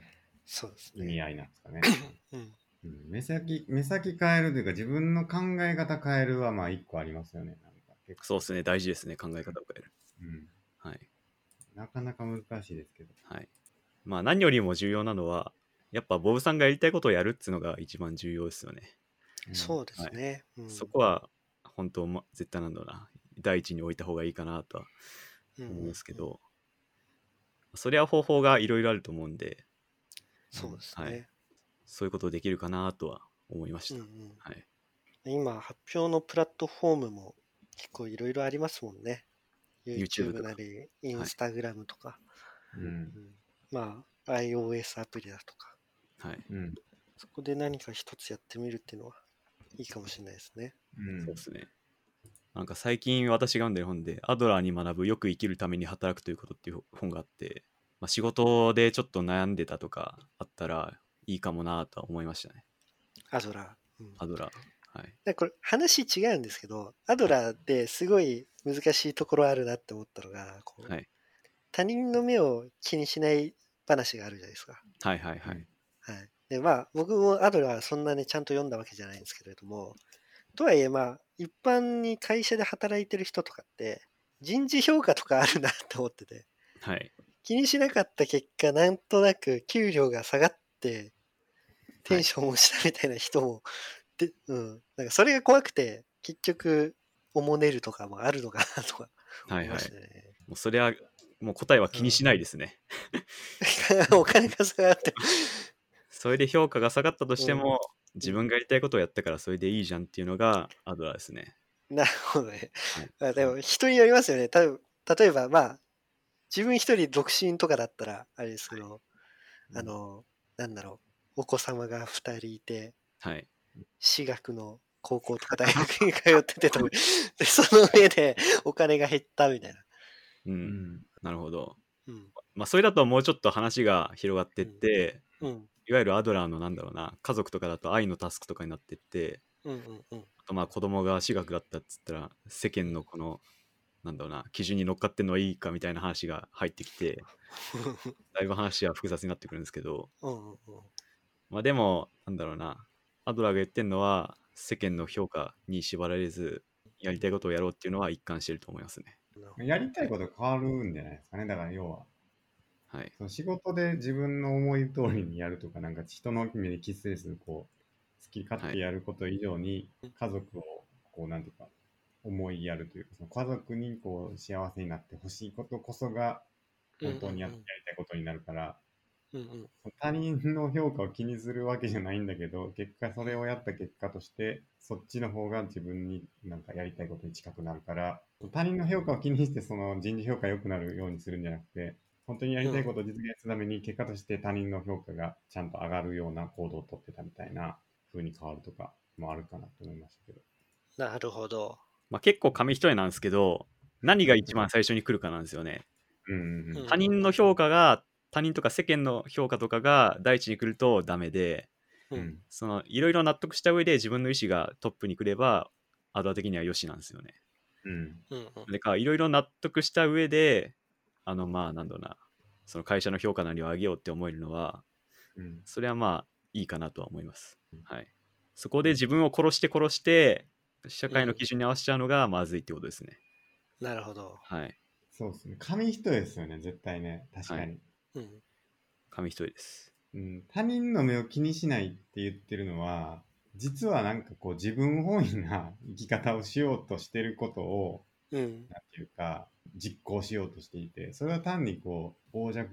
S3: そうです
S1: な意味
S3: ね。
S1: 合いなんですかね。
S3: うん
S1: うん、目先目先変えるというか自分の考え方変えるはまあ一個ありますよね。なんか結構
S2: そうですね、大事ですね、考え方を変える。
S1: うん、
S2: はい。
S1: なかなか難しいですけど。
S2: はい。まあ、何よりも重要なのは、やっぱボブさんがやりたいことをやるっていうのが一番重要ですよね。
S3: そうですね。うん
S2: そこは、本当、ま、絶対なんだろうな、第一に置いた方がいいかなとは
S3: うん
S2: 思うんですけど、それは方法がいろいろあると思うんで、
S3: そうです
S2: は
S3: ね
S2: い。そういうことできるかなとは思いまし
S3: う
S2: た。
S3: んうん
S2: はい。
S3: 今、発表のプラットフォームも結構いろいろありますもんね。
S2: YouTube
S3: YouTube
S2: とか
S3: なり、Instagram とか、
S1: うん
S3: うんまあ、iOS アプリだとか、
S2: はい。
S1: うん
S3: そこで何か一つやってみるっていうのはいいかもしれないですね。
S1: うん
S2: そうですね。なんか最近私が読んでる本で、アドラーに学ぶよく生きるために働くということっていう本があって、まあ、仕事でちょっと悩んでたとかあったらいいかもなとは思いましたね。
S3: アドラー。うん
S2: アドラー。はい。
S3: なんかこれ話違うんですけど、アドラーってすごい難しいところあるなって思ったのが、こう
S2: はい。
S3: 他人の目を気にしない話があるじゃないですか。
S2: はいはいはい。
S3: はい、でまあ僕もアドラーそんなにちゃんと読んだわけじゃないんですけれども、とはいえまあ一般に会社で働いてる人とかって人事評価とかあるなと思ってて、
S2: はい。
S3: 気にしなかった結果なんとなく給料が下がってテンションをしたみたいな人も、でうんなんかそれが怖くて結局おもねるとかもあるのかなとか
S2: は
S3: 思
S2: い
S3: い
S2: は
S3: ま
S2: い
S3: した。ね、
S2: もうそれは、もう答えは気にしないですね。
S3: お金が下がって
S2: それで評価が下がったとしても、自分がやりたいことをやったからそれでいいじゃんっていうのがアドラーですね。
S3: なるほどね
S2: はい。
S3: あでも人によりますよね。た例えばまあ自分一人独身とかだったらあれですけど、あのなんだろうお子様が二人いて
S2: はい。
S3: 私学の高校とか大学に通っててとでその上でお金が減ったみたいな。
S1: う
S2: う。
S1: んん
S2: なるほど。
S3: うん
S2: まあ、それだともうちょっと話が広がってって、
S3: うん
S2: いわゆるアドラーのなんだろうな家族とかだと愛のタスクとかになってって
S3: うんうんうん
S2: あとまあ子供が私学だったっつったら世間のこのなんだろうな基準に乗っかってんのはいいかみたいな話が入ってきてだいぶ話は複雑になってくるんですけど
S3: うんうんうん
S2: まあでもなんだろうなアドラーが言ってんのは世間の評価に縛られずやりたいことをやろうっていうのは一貫してると思いますね
S1: やりたいこと変わるんじゃないですかね。だから要は。
S2: はい
S1: その仕事で自分の思い通りにやるとか、なんか人の目に喫せず、こう、好き勝手やること以上に、家族を、こう、なんていうか、思いやるというか、その家族にこう幸せになってほしいことこそが、本当にやってやりたいことになるから、
S3: うんうん
S1: その他人の評価を気にするわけじゃないんだけど、 結果それをやった結果として、そっちの方が自分になんかやりたいことに近くなるから、他人の評価を気にしてその人事評価良くなるようにするんじゃなくて、本当にやりたいことを実現するために、結果として他人の評価がちゃんと上がるような行動をとってたみたいな風に変わるとかもあるかなと思いましたけど。
S3: なるほど。
S2: まあ、結構紙一重なんですけど、何が一番最初に来るかなんですよね。
S1: うんうんうん
S3: うん
S2: 他人の評価が、他人とか世間の評価とかが第一に来るとダメで、
S3: うん
S1: うん
S2: そのいろいろ納得した上で自分の意思がトップに来れば、アドア的には良しなんですよね。
S1: うん
S3: うんうん
S2: でか、いろいろ納得した上で、あの、まあ、なんだろうな、その会社の評価なりを上げようって思えるのは、
S1: うん
S2: それはまあいいかなとは思います。はい。そこで自分を殺して殺して、社会の基準に合わせちゃうのがまずいってことですね。
S3: なるほど。
S2: はい。
S1: そうですね。紙一重ですよね、絶対ね。確かに。
S2: は
S3: うん
S2: 紙一重です。
S1: うん、他人の目を気にしないって言ってるのは実はなんかこう自分本位な生き方をしようとしてることを
S3: うん
S1: なんていうか実行しようとしていてそれは単にこう傍若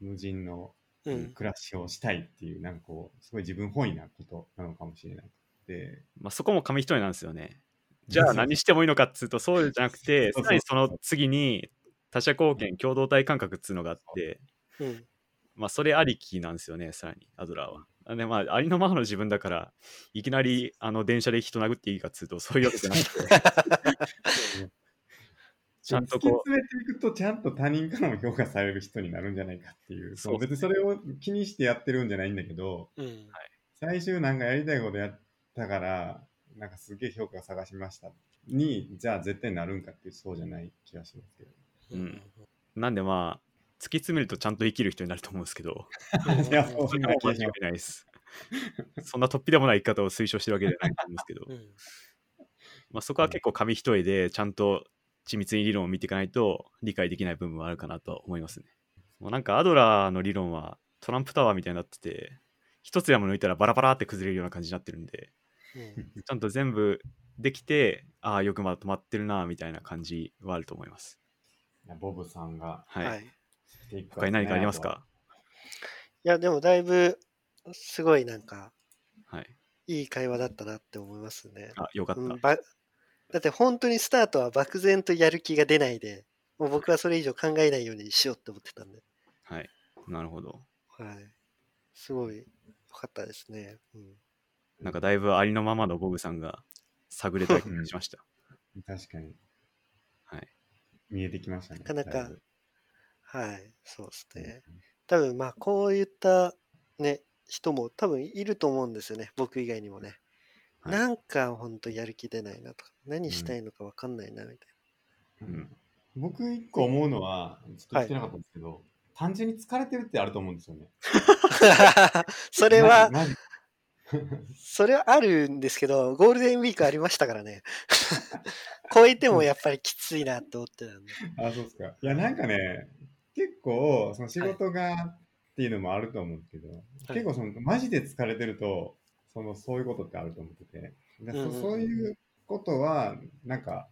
S1: 無人の
S3: うん
S1: 暮らしをしたいっていう、なんかこうすごい自分本位なことなのかもしれなく て
S2: まあそこも紙一重なんですよね。じゃあ何してもいいのかっつうとそうじゃなくて、
S1: そうそう
S2: さらにその次に他者貢献共同体感覚っつうのがあって、
S3: うん
S2: まあそれありきなんですよね、さらにアドラーは。あでまあ、ありのままの自分だから、いきなりあの電車で人殴っていいかっつうと、そういうわけじゃなく て、ちゃんとこう
S1: 突き、詰めていくとちゃんと他人からも評価される人になるんじゃないかっていう
S2: そう
S1: 別にそれを気にしてやってるんじゃないんだけど
S3: うん
S1: 最終なんかやりたいことやったから、なんかすげえ評価を探しましたに、じゃあ絶対なるんかっていうそうじゃない気がしますけど。
S2: うんなんでまあ、突き詰めるとちゃんと生きる人になると思うんで すけど、
S3: うん
S1: いやそう
S2: それは間違いないです。 そんな突飛でもない生き方を推奨してるわけじゃないと思うんですけど
S3: う、ん
S2: まあ、そこは結構紙一重で、ちゃんと緻密に理論を見ていかないと理解できない部分はあるかなとは思いますね。もうなんかアドラーの理論はトランプタワーみたいになってて、一つ山抜いたらバラバラって崩れるような感じになってるんで、
S3: うん
S2: ちゃんと全部できて、ああ、よくまとまってるなみたいな感じはあると思います。
S1: いやボブさんが
S2: はい。
S3: はい
S1: していく
S2: 他に何かありますか
S3: いや、でもだいぶ、すごいなんか、
S2: はい。
S3: いい会話だったなって思いますね。
S2: あ、よかっ
S3: うん
S2: た。
S3: ばだって本当にスタートは漠然とやる気が出ないで、もう僕はそれ以上考えないようにしようって思ってたんで、
S2: はい。なるほど。
S3: はい。すごい良かったですね。うん、
S2: なんかだいぶありのままのボブさんが探れた気がしました。
S1: 確かに
S2: はい。
S1: 見えてきましたね。
S3: なかなか
S1: だいぶ
S3: はい、そうですね。多分まあ、こういったね、人も多分いると思うんですよね。僕以外にもね。
S2: はい
S3: なんか本当やる気出ないなとか、何したいのか分かんないなみたい
S2: うん
S1: 僕一個思うのは、ちょっと言ってなかったんですけど、単純に疲れてるってあると思うんですよね。
S3: な。 それは、
S1: なな
S3: それはあるんですけど、ゴールデンウィークありましたからね。 超えてもやっぱりきついなって思ってたんで。
S1: あ、そうですか。いや、なんかね、結構、その仕事がっていうのもあると思うんですけど、結構その、マジで疲れてると、その、そういうことってあると思ってて、で
S3: うんうんう
S1: そ
S3: ん
S1: そういうことは、なんか、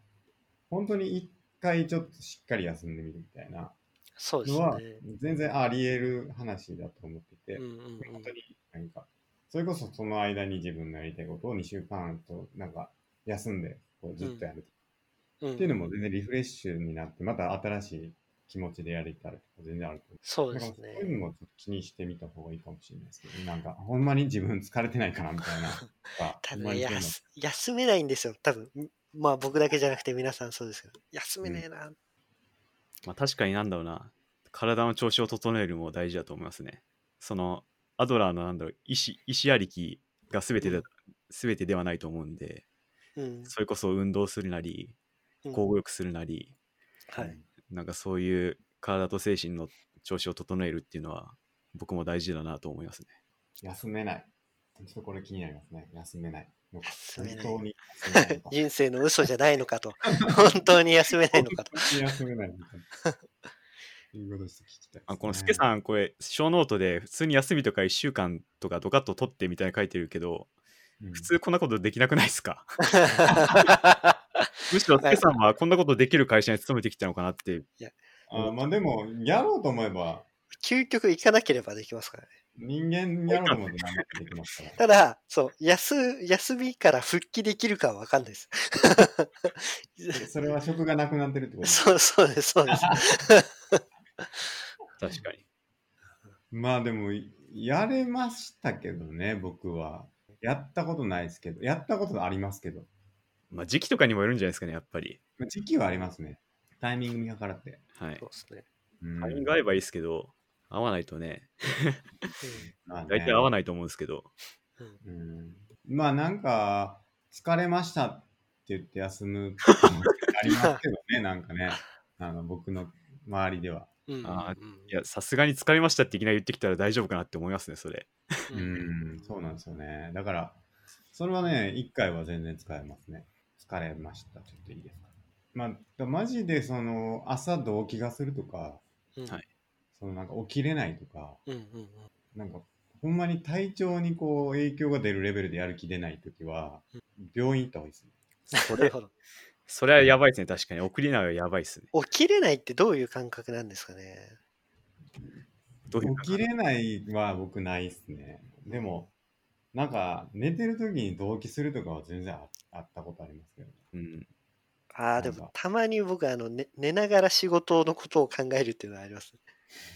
S1: 本当に一回ちょっとしっかり休んでみるみたいな
S3: そうです
S1: の
S3: ね
S1: は。、全然あり得る話だと思ってて、
S3: うんうんうん
S1: 本当に何か、それこそその間に自分のやりたいことを2週間と、なんか、休んで、こうずっとやるとか
S3: うん
S1: っていうのも全然リフレッシュになって、また新しい気持ちでやれたら全然あると
S3: そう
S1: 思う。
S3: で
S1: だから
S3: す
S1: そういう
S3: ね。
S1: のもちょっと気にしてみた方がいいかもしれないですけど、なんか、ほんまに自分疲れてないかなみたいな。と か
S3: た
S1: ほんま
S3: だ
S1: にそういう
S3: や
S1: の
S3: す、休めないんですよ。多分まあ僕だけじゃなくて皆さんそうですけど、休めねえな。
S2: まあ、確かになんだろうな。体の調子を整えるのも大事だと思いますね。その、アドラーのなんだろう、意思、意思ありきが全てだ、全てではないと思うんで、
S3: うん。
S2: それこそ運動するなり、
S3: うん
S2: 交互力するなり、
S3: はい。
S2: なんかそういう体と精神の調子を整えるっていうのは、僕も大事だなと思いますね。
S1: 休めない。ちょっとこれ気になりますね。休めないのか。
S3: 休めない
S1: 本当に休めないのか。
S3: 人生の嘘じゃないのかと。本当に休めないの かと。
S1: 本当に休めないのか。いうことです。聞きたいですね、
S2: あこのスケさん、これ、小ノートで、普通に休みとか1週間とかドカッと取ってみたいな書いてるけど、
S1: うん、
S2: 普通こんなことできなくないですかむしろ、スケさんはこんなことできる会社に勤めてきたのかなって、
S1: あまあでも、やろうと思えば、
S3: 究極行かなければできますからね。
S1: 人間やろうと思えば何だってできますから。
S3: ただ、そう、休、休みから復帰できるかはわかんないです。
S1: それは職がなくなってるってこと
S3: そう、そうです、そうです。
S2: 確かに。
S1: まあでも、やれましたけどね、僕は。やったことないですけど、やったことありますけど、
S2: まあ、時期とかにもよるんじゃないですかね、やっぱり。
S1: まあ時期はありますね。タイミング見計らって。
S2: はい
S3: そう。ですね。
S1: うん
S2: タイミング合えばいいですけど、合わないとね、
S1: まあね
S2: 大体合わないと思うんですけど、
S3: うんうん
S1: うんまあなんか、疲れましたって言って休むこともありますけどね、なんかね、あの僕の周りでは。
S3: うん
S2: あ
S3: うん
S2: いや、さすがに疲れましたっていきなり言ってきたら大丈夫かなって思いますね、それ。
S1: う。ん、そうなんですよね。だから、それはね、1回は全然使えますね。疲れました、ちょっといいですか。まあ、だマジでその、朝動悸がするとか、
S3: うん
S2: はい
S1: そのなんか起きれないとか、
S3: うんうんうん
S1: なんか、ほんまに体調にこう影響が出るレベルでやる気出ないときは、病院行った方がいいですね。
S2: そ
S3: なる
S2: れ
S3: ほど。
S2: それはやばいですね、確かに。送りないはやばいですね。
S3: 起きれないってどういう感覚なんですかね。
S2: どういう
S1: 起きれないは僕ないっすね。でも、なんか寝てる時に同期するとかは全然ああったことありますけど、
S2: うん、
S3: ああ、で
S1: なん
S3: も
S1: か
S3: たまに僕あの、ね、寝ながら仕事のことを考えるっていうのはあります、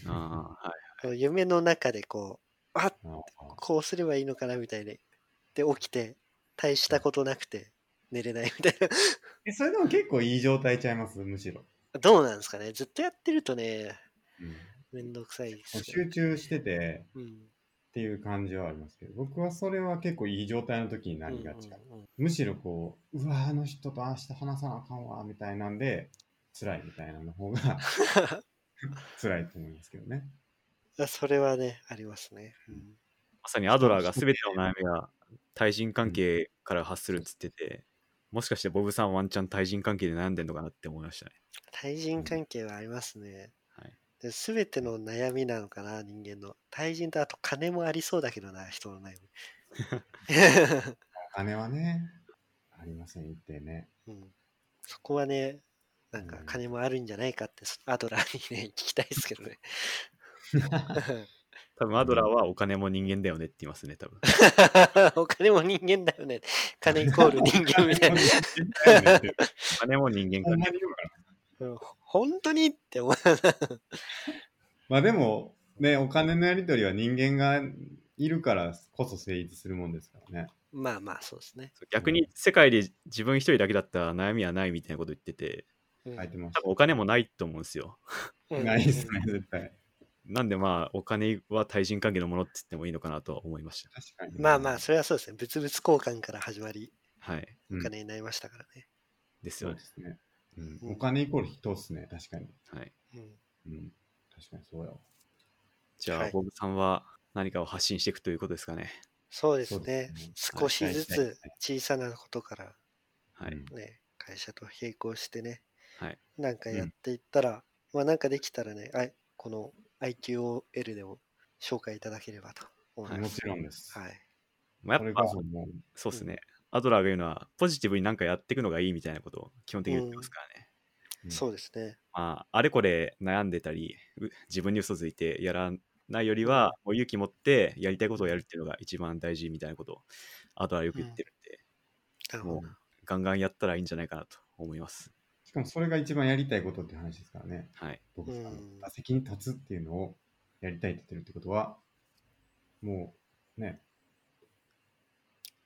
S2: ああ、はい。
S3: こう夢の中でこう、あ
S1: あの
S3: こうすればいいのかなみたいで、で、起きて、大したことなくて寝れないみたいな。
S1: えそれでも結構いい状態ちゃいますむしろ、
S3: どうなん ですかね。ずっとやってるとね、
S1: うんも
S3: めんどくさいで
S1: う
S3: すけど
S1: 集中してて
S3: うん。
S1: っていう感じはありますけど、僕はそれは結構いい状態の時になりがちかな、
S3: うんうんうん
S1: むしろこう、うわ、あの人と明日話さなあかんわ、みたいなんで、辛いみたいなの方 が辛いと思いますけどね。
S3: あそれはね、ありますね。うん
S2: まさにアドラーが全ての悩みが対人関係から発するっつってて、もしかしてボブさんワンチャン対人関係で悩んでんのかなって思いましたね。
S3: 対人関係はありますね
S2: はい。
S3: すべての悩みなのかな、人間の。対人とあと金もありそうだけどな、人の 悩み。
S1: お金はね、ありません、一定ね。
S3: うん、そこはね、なんか
S1: うん
S3: 金もあるんじゃないかって、そアドラーにね、聞きたいですけ どね。
S2: 多分アドラーはお金も人間だよねって言いますね、多分。
S3: お金も人間だよね。金イコール人間みたい な。
S1: な。
S2: お金も人間
S1: ほ
S2: か
S1: ん
S2: ね
S1: ま。に言うから
S3: うん本当にって思う。
S1: まあでも、ね、お金のやり取りは人間がいるからこそ成立するもんですからね。
S3: まあまあ、そうですね。
S2: 逆に世界で自分一人だけだったら悩みはないみたいなこと言ってて、
S3: うん
S1: 書いてまし
S2: 多分お金もないと思うんですよ。
S1: た。
S3: うん
S1: ないですね、絶対。
S2: なんでまあ、お金は対人関係のものって言ってもいいのかなとは思いました。
S1: 確かに。
S3: まあまあ、それはそうですね。物々交換から始まり、
S2: はい。
S1: うん
S3: お金になりましたからね。
S2: です
S1: そ
S2: よ
S1: う
S2: ね
S1: で。すね。うん、お金イコール人っすね、確かに。
S2: はい。
S3: うん
S1: うん、確かにそうやわ。
S2: じゃあ、
S3: はい
S2: ボブさんは何かを発信していくということですかね。
S3: そうです
S1: そうで
S3: ね
S1: すね。
S3: 少しず
S1: はいはい
S3: つ小さなことから
S2: はい。
S1: うん
S3: ね、会社と並行してね、
S2: はい
S3: なんかやっていったら、まあなんかできたらね、あこの IQOL でも紹介いただければと思いま
S1: も
S3: す
S1: ち。ろんです。
S3: はい。
S2: まあ、
S1: こ
S2: やっ
S1: れ
S2: ぱ
S1: こ、そもう
S2: そうですね。アドラーが言うのは、ポジティブになんかやっていくのがいいみたいなことを基本的に言ってますからね。
S1: うん
S3: そうですね。
S2: まあ、あれこれ悩んでたり、う自分に嘘ついてやらないよりは、もう勇気持ってやりたいことをやるっていうのが一番大事みたいなことを、アドラーよく言ってるんで、
S3: なる
S2: も
S3: ほ
S2: うガンガンやったらいいんじゃないかなと思います。
S1: しかもそれが一番やりたいことって話ですからね。
S2: はい。
S1: 僕さん
S3: うん
S1: 打席に立つっていうのをやりたいって言ってるってことは、もうね、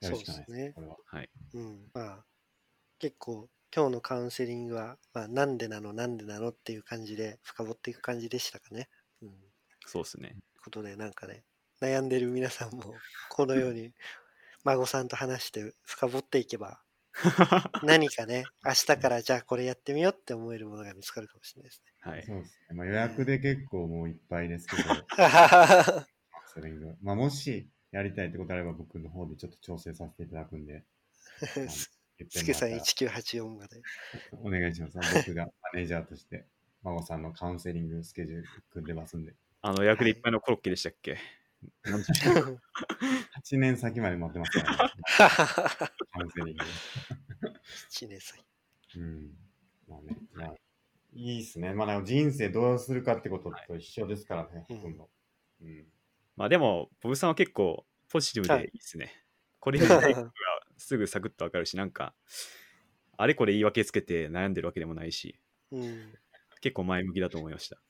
S1: やるしかないです
S3: そうですね
S1: これは。
S2: はい。
S3: ど。うん。まあ結構今日のカウンセリングは、まあなんでなのなんでなのっていう感じで深掘っていく感じでしたかね。うん。という
S2: そうですね。
S3: ことでなんかね、悩んでる皆さんもこのように孫さんと話して深掘っていけば
S2: は
S3: 何かね、明日からじゃあこれやってみようって思えるものが見つかるかもしれないです
S2: い。
S1: そうですね。まあ、予約で結構もういっぱいですけど、
S3: ね。
S1: それがまあ、もしやりたいってことあれば僕の方でちょっと調整させていただくんで、あの言っても
S3: すけ
S1: らった
S3: さん
S1: ら
S3: 1984まで。
S1: お願いします。僕がマネージャーとして、 孫さんのカウンセリングスケジュール組んでますんで、
S2: あの、役でいっぱいのコロッケでしたっけ、なんて
S1: 8年先まで待ってますから、ね、カウンセリング。
S3: 1年先。
S1: うん。まあね、まあ、いいっすね。まあ、でも人生どうするかってことと一緒ですからね、
S3: うん
S1: ほとんど。うん。
S2: まあでも、ボブさんは結構ポジティブ
S3: はい
S2: でいいですね。これ見たい 人がすぐサクッとわかるし、なんか、あれこれ言い訳つけて悩んでるわけでもないし、
S3: うん。
S2: 結構前向きだと思いました。
S3: あ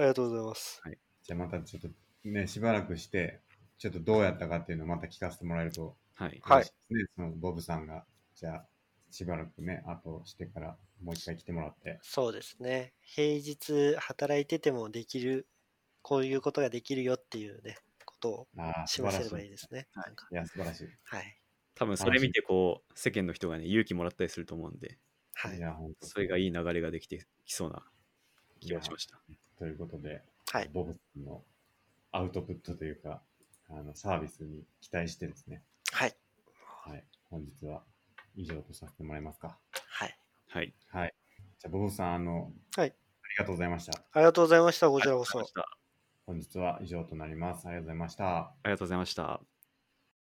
S3: りがとうございます。
S1: じゃあまたちょっとね、しばらくして、ちょっとどうやったかっていうのをまた聞かせてもらえると、
S2: はい。
S3: はい
S1: 嬉しですね、そのボブさんが、じゃあ、しばらくね、後してからもう一回来てもらって。
S3: そうですね。平日働いててもできる、こういうことができるよっていうね、ことを
S1: ああ、素
S3: 示
S1: 晴ら
S3: せ
S1: し
S3: ればいい
S1: い。
S3: ですね。
S2: はい
S3: なんか
S1: いや、素晴らしい。
S3: はい。
S2: 多分それ見て、こう、世間の人がね、勇気もらったりすると思うんで、
S3: はいい。
S1: や、本当
S2: それがいい流れができてきそうな気がしました。
S1: ということで、
S3: はい。
S1: ボブさんのアウトプットというか、あのサービスに期待してですね、
S3: はい。
S1: はい、本日は以上とさせてもらえますか。
S3: はい。
S2: はい。
S1: はい。じゃあ、ボブさん、あの、
S3: は
S1: あ
S3: い
S1: りがとうございました。
S3: ありがとうございました。こちらこ
S2: ありがとうござい
S3: そ
S2: まし。た
S1: 本日は以上となります。ありがとうございました。
S2: ありがとうございました。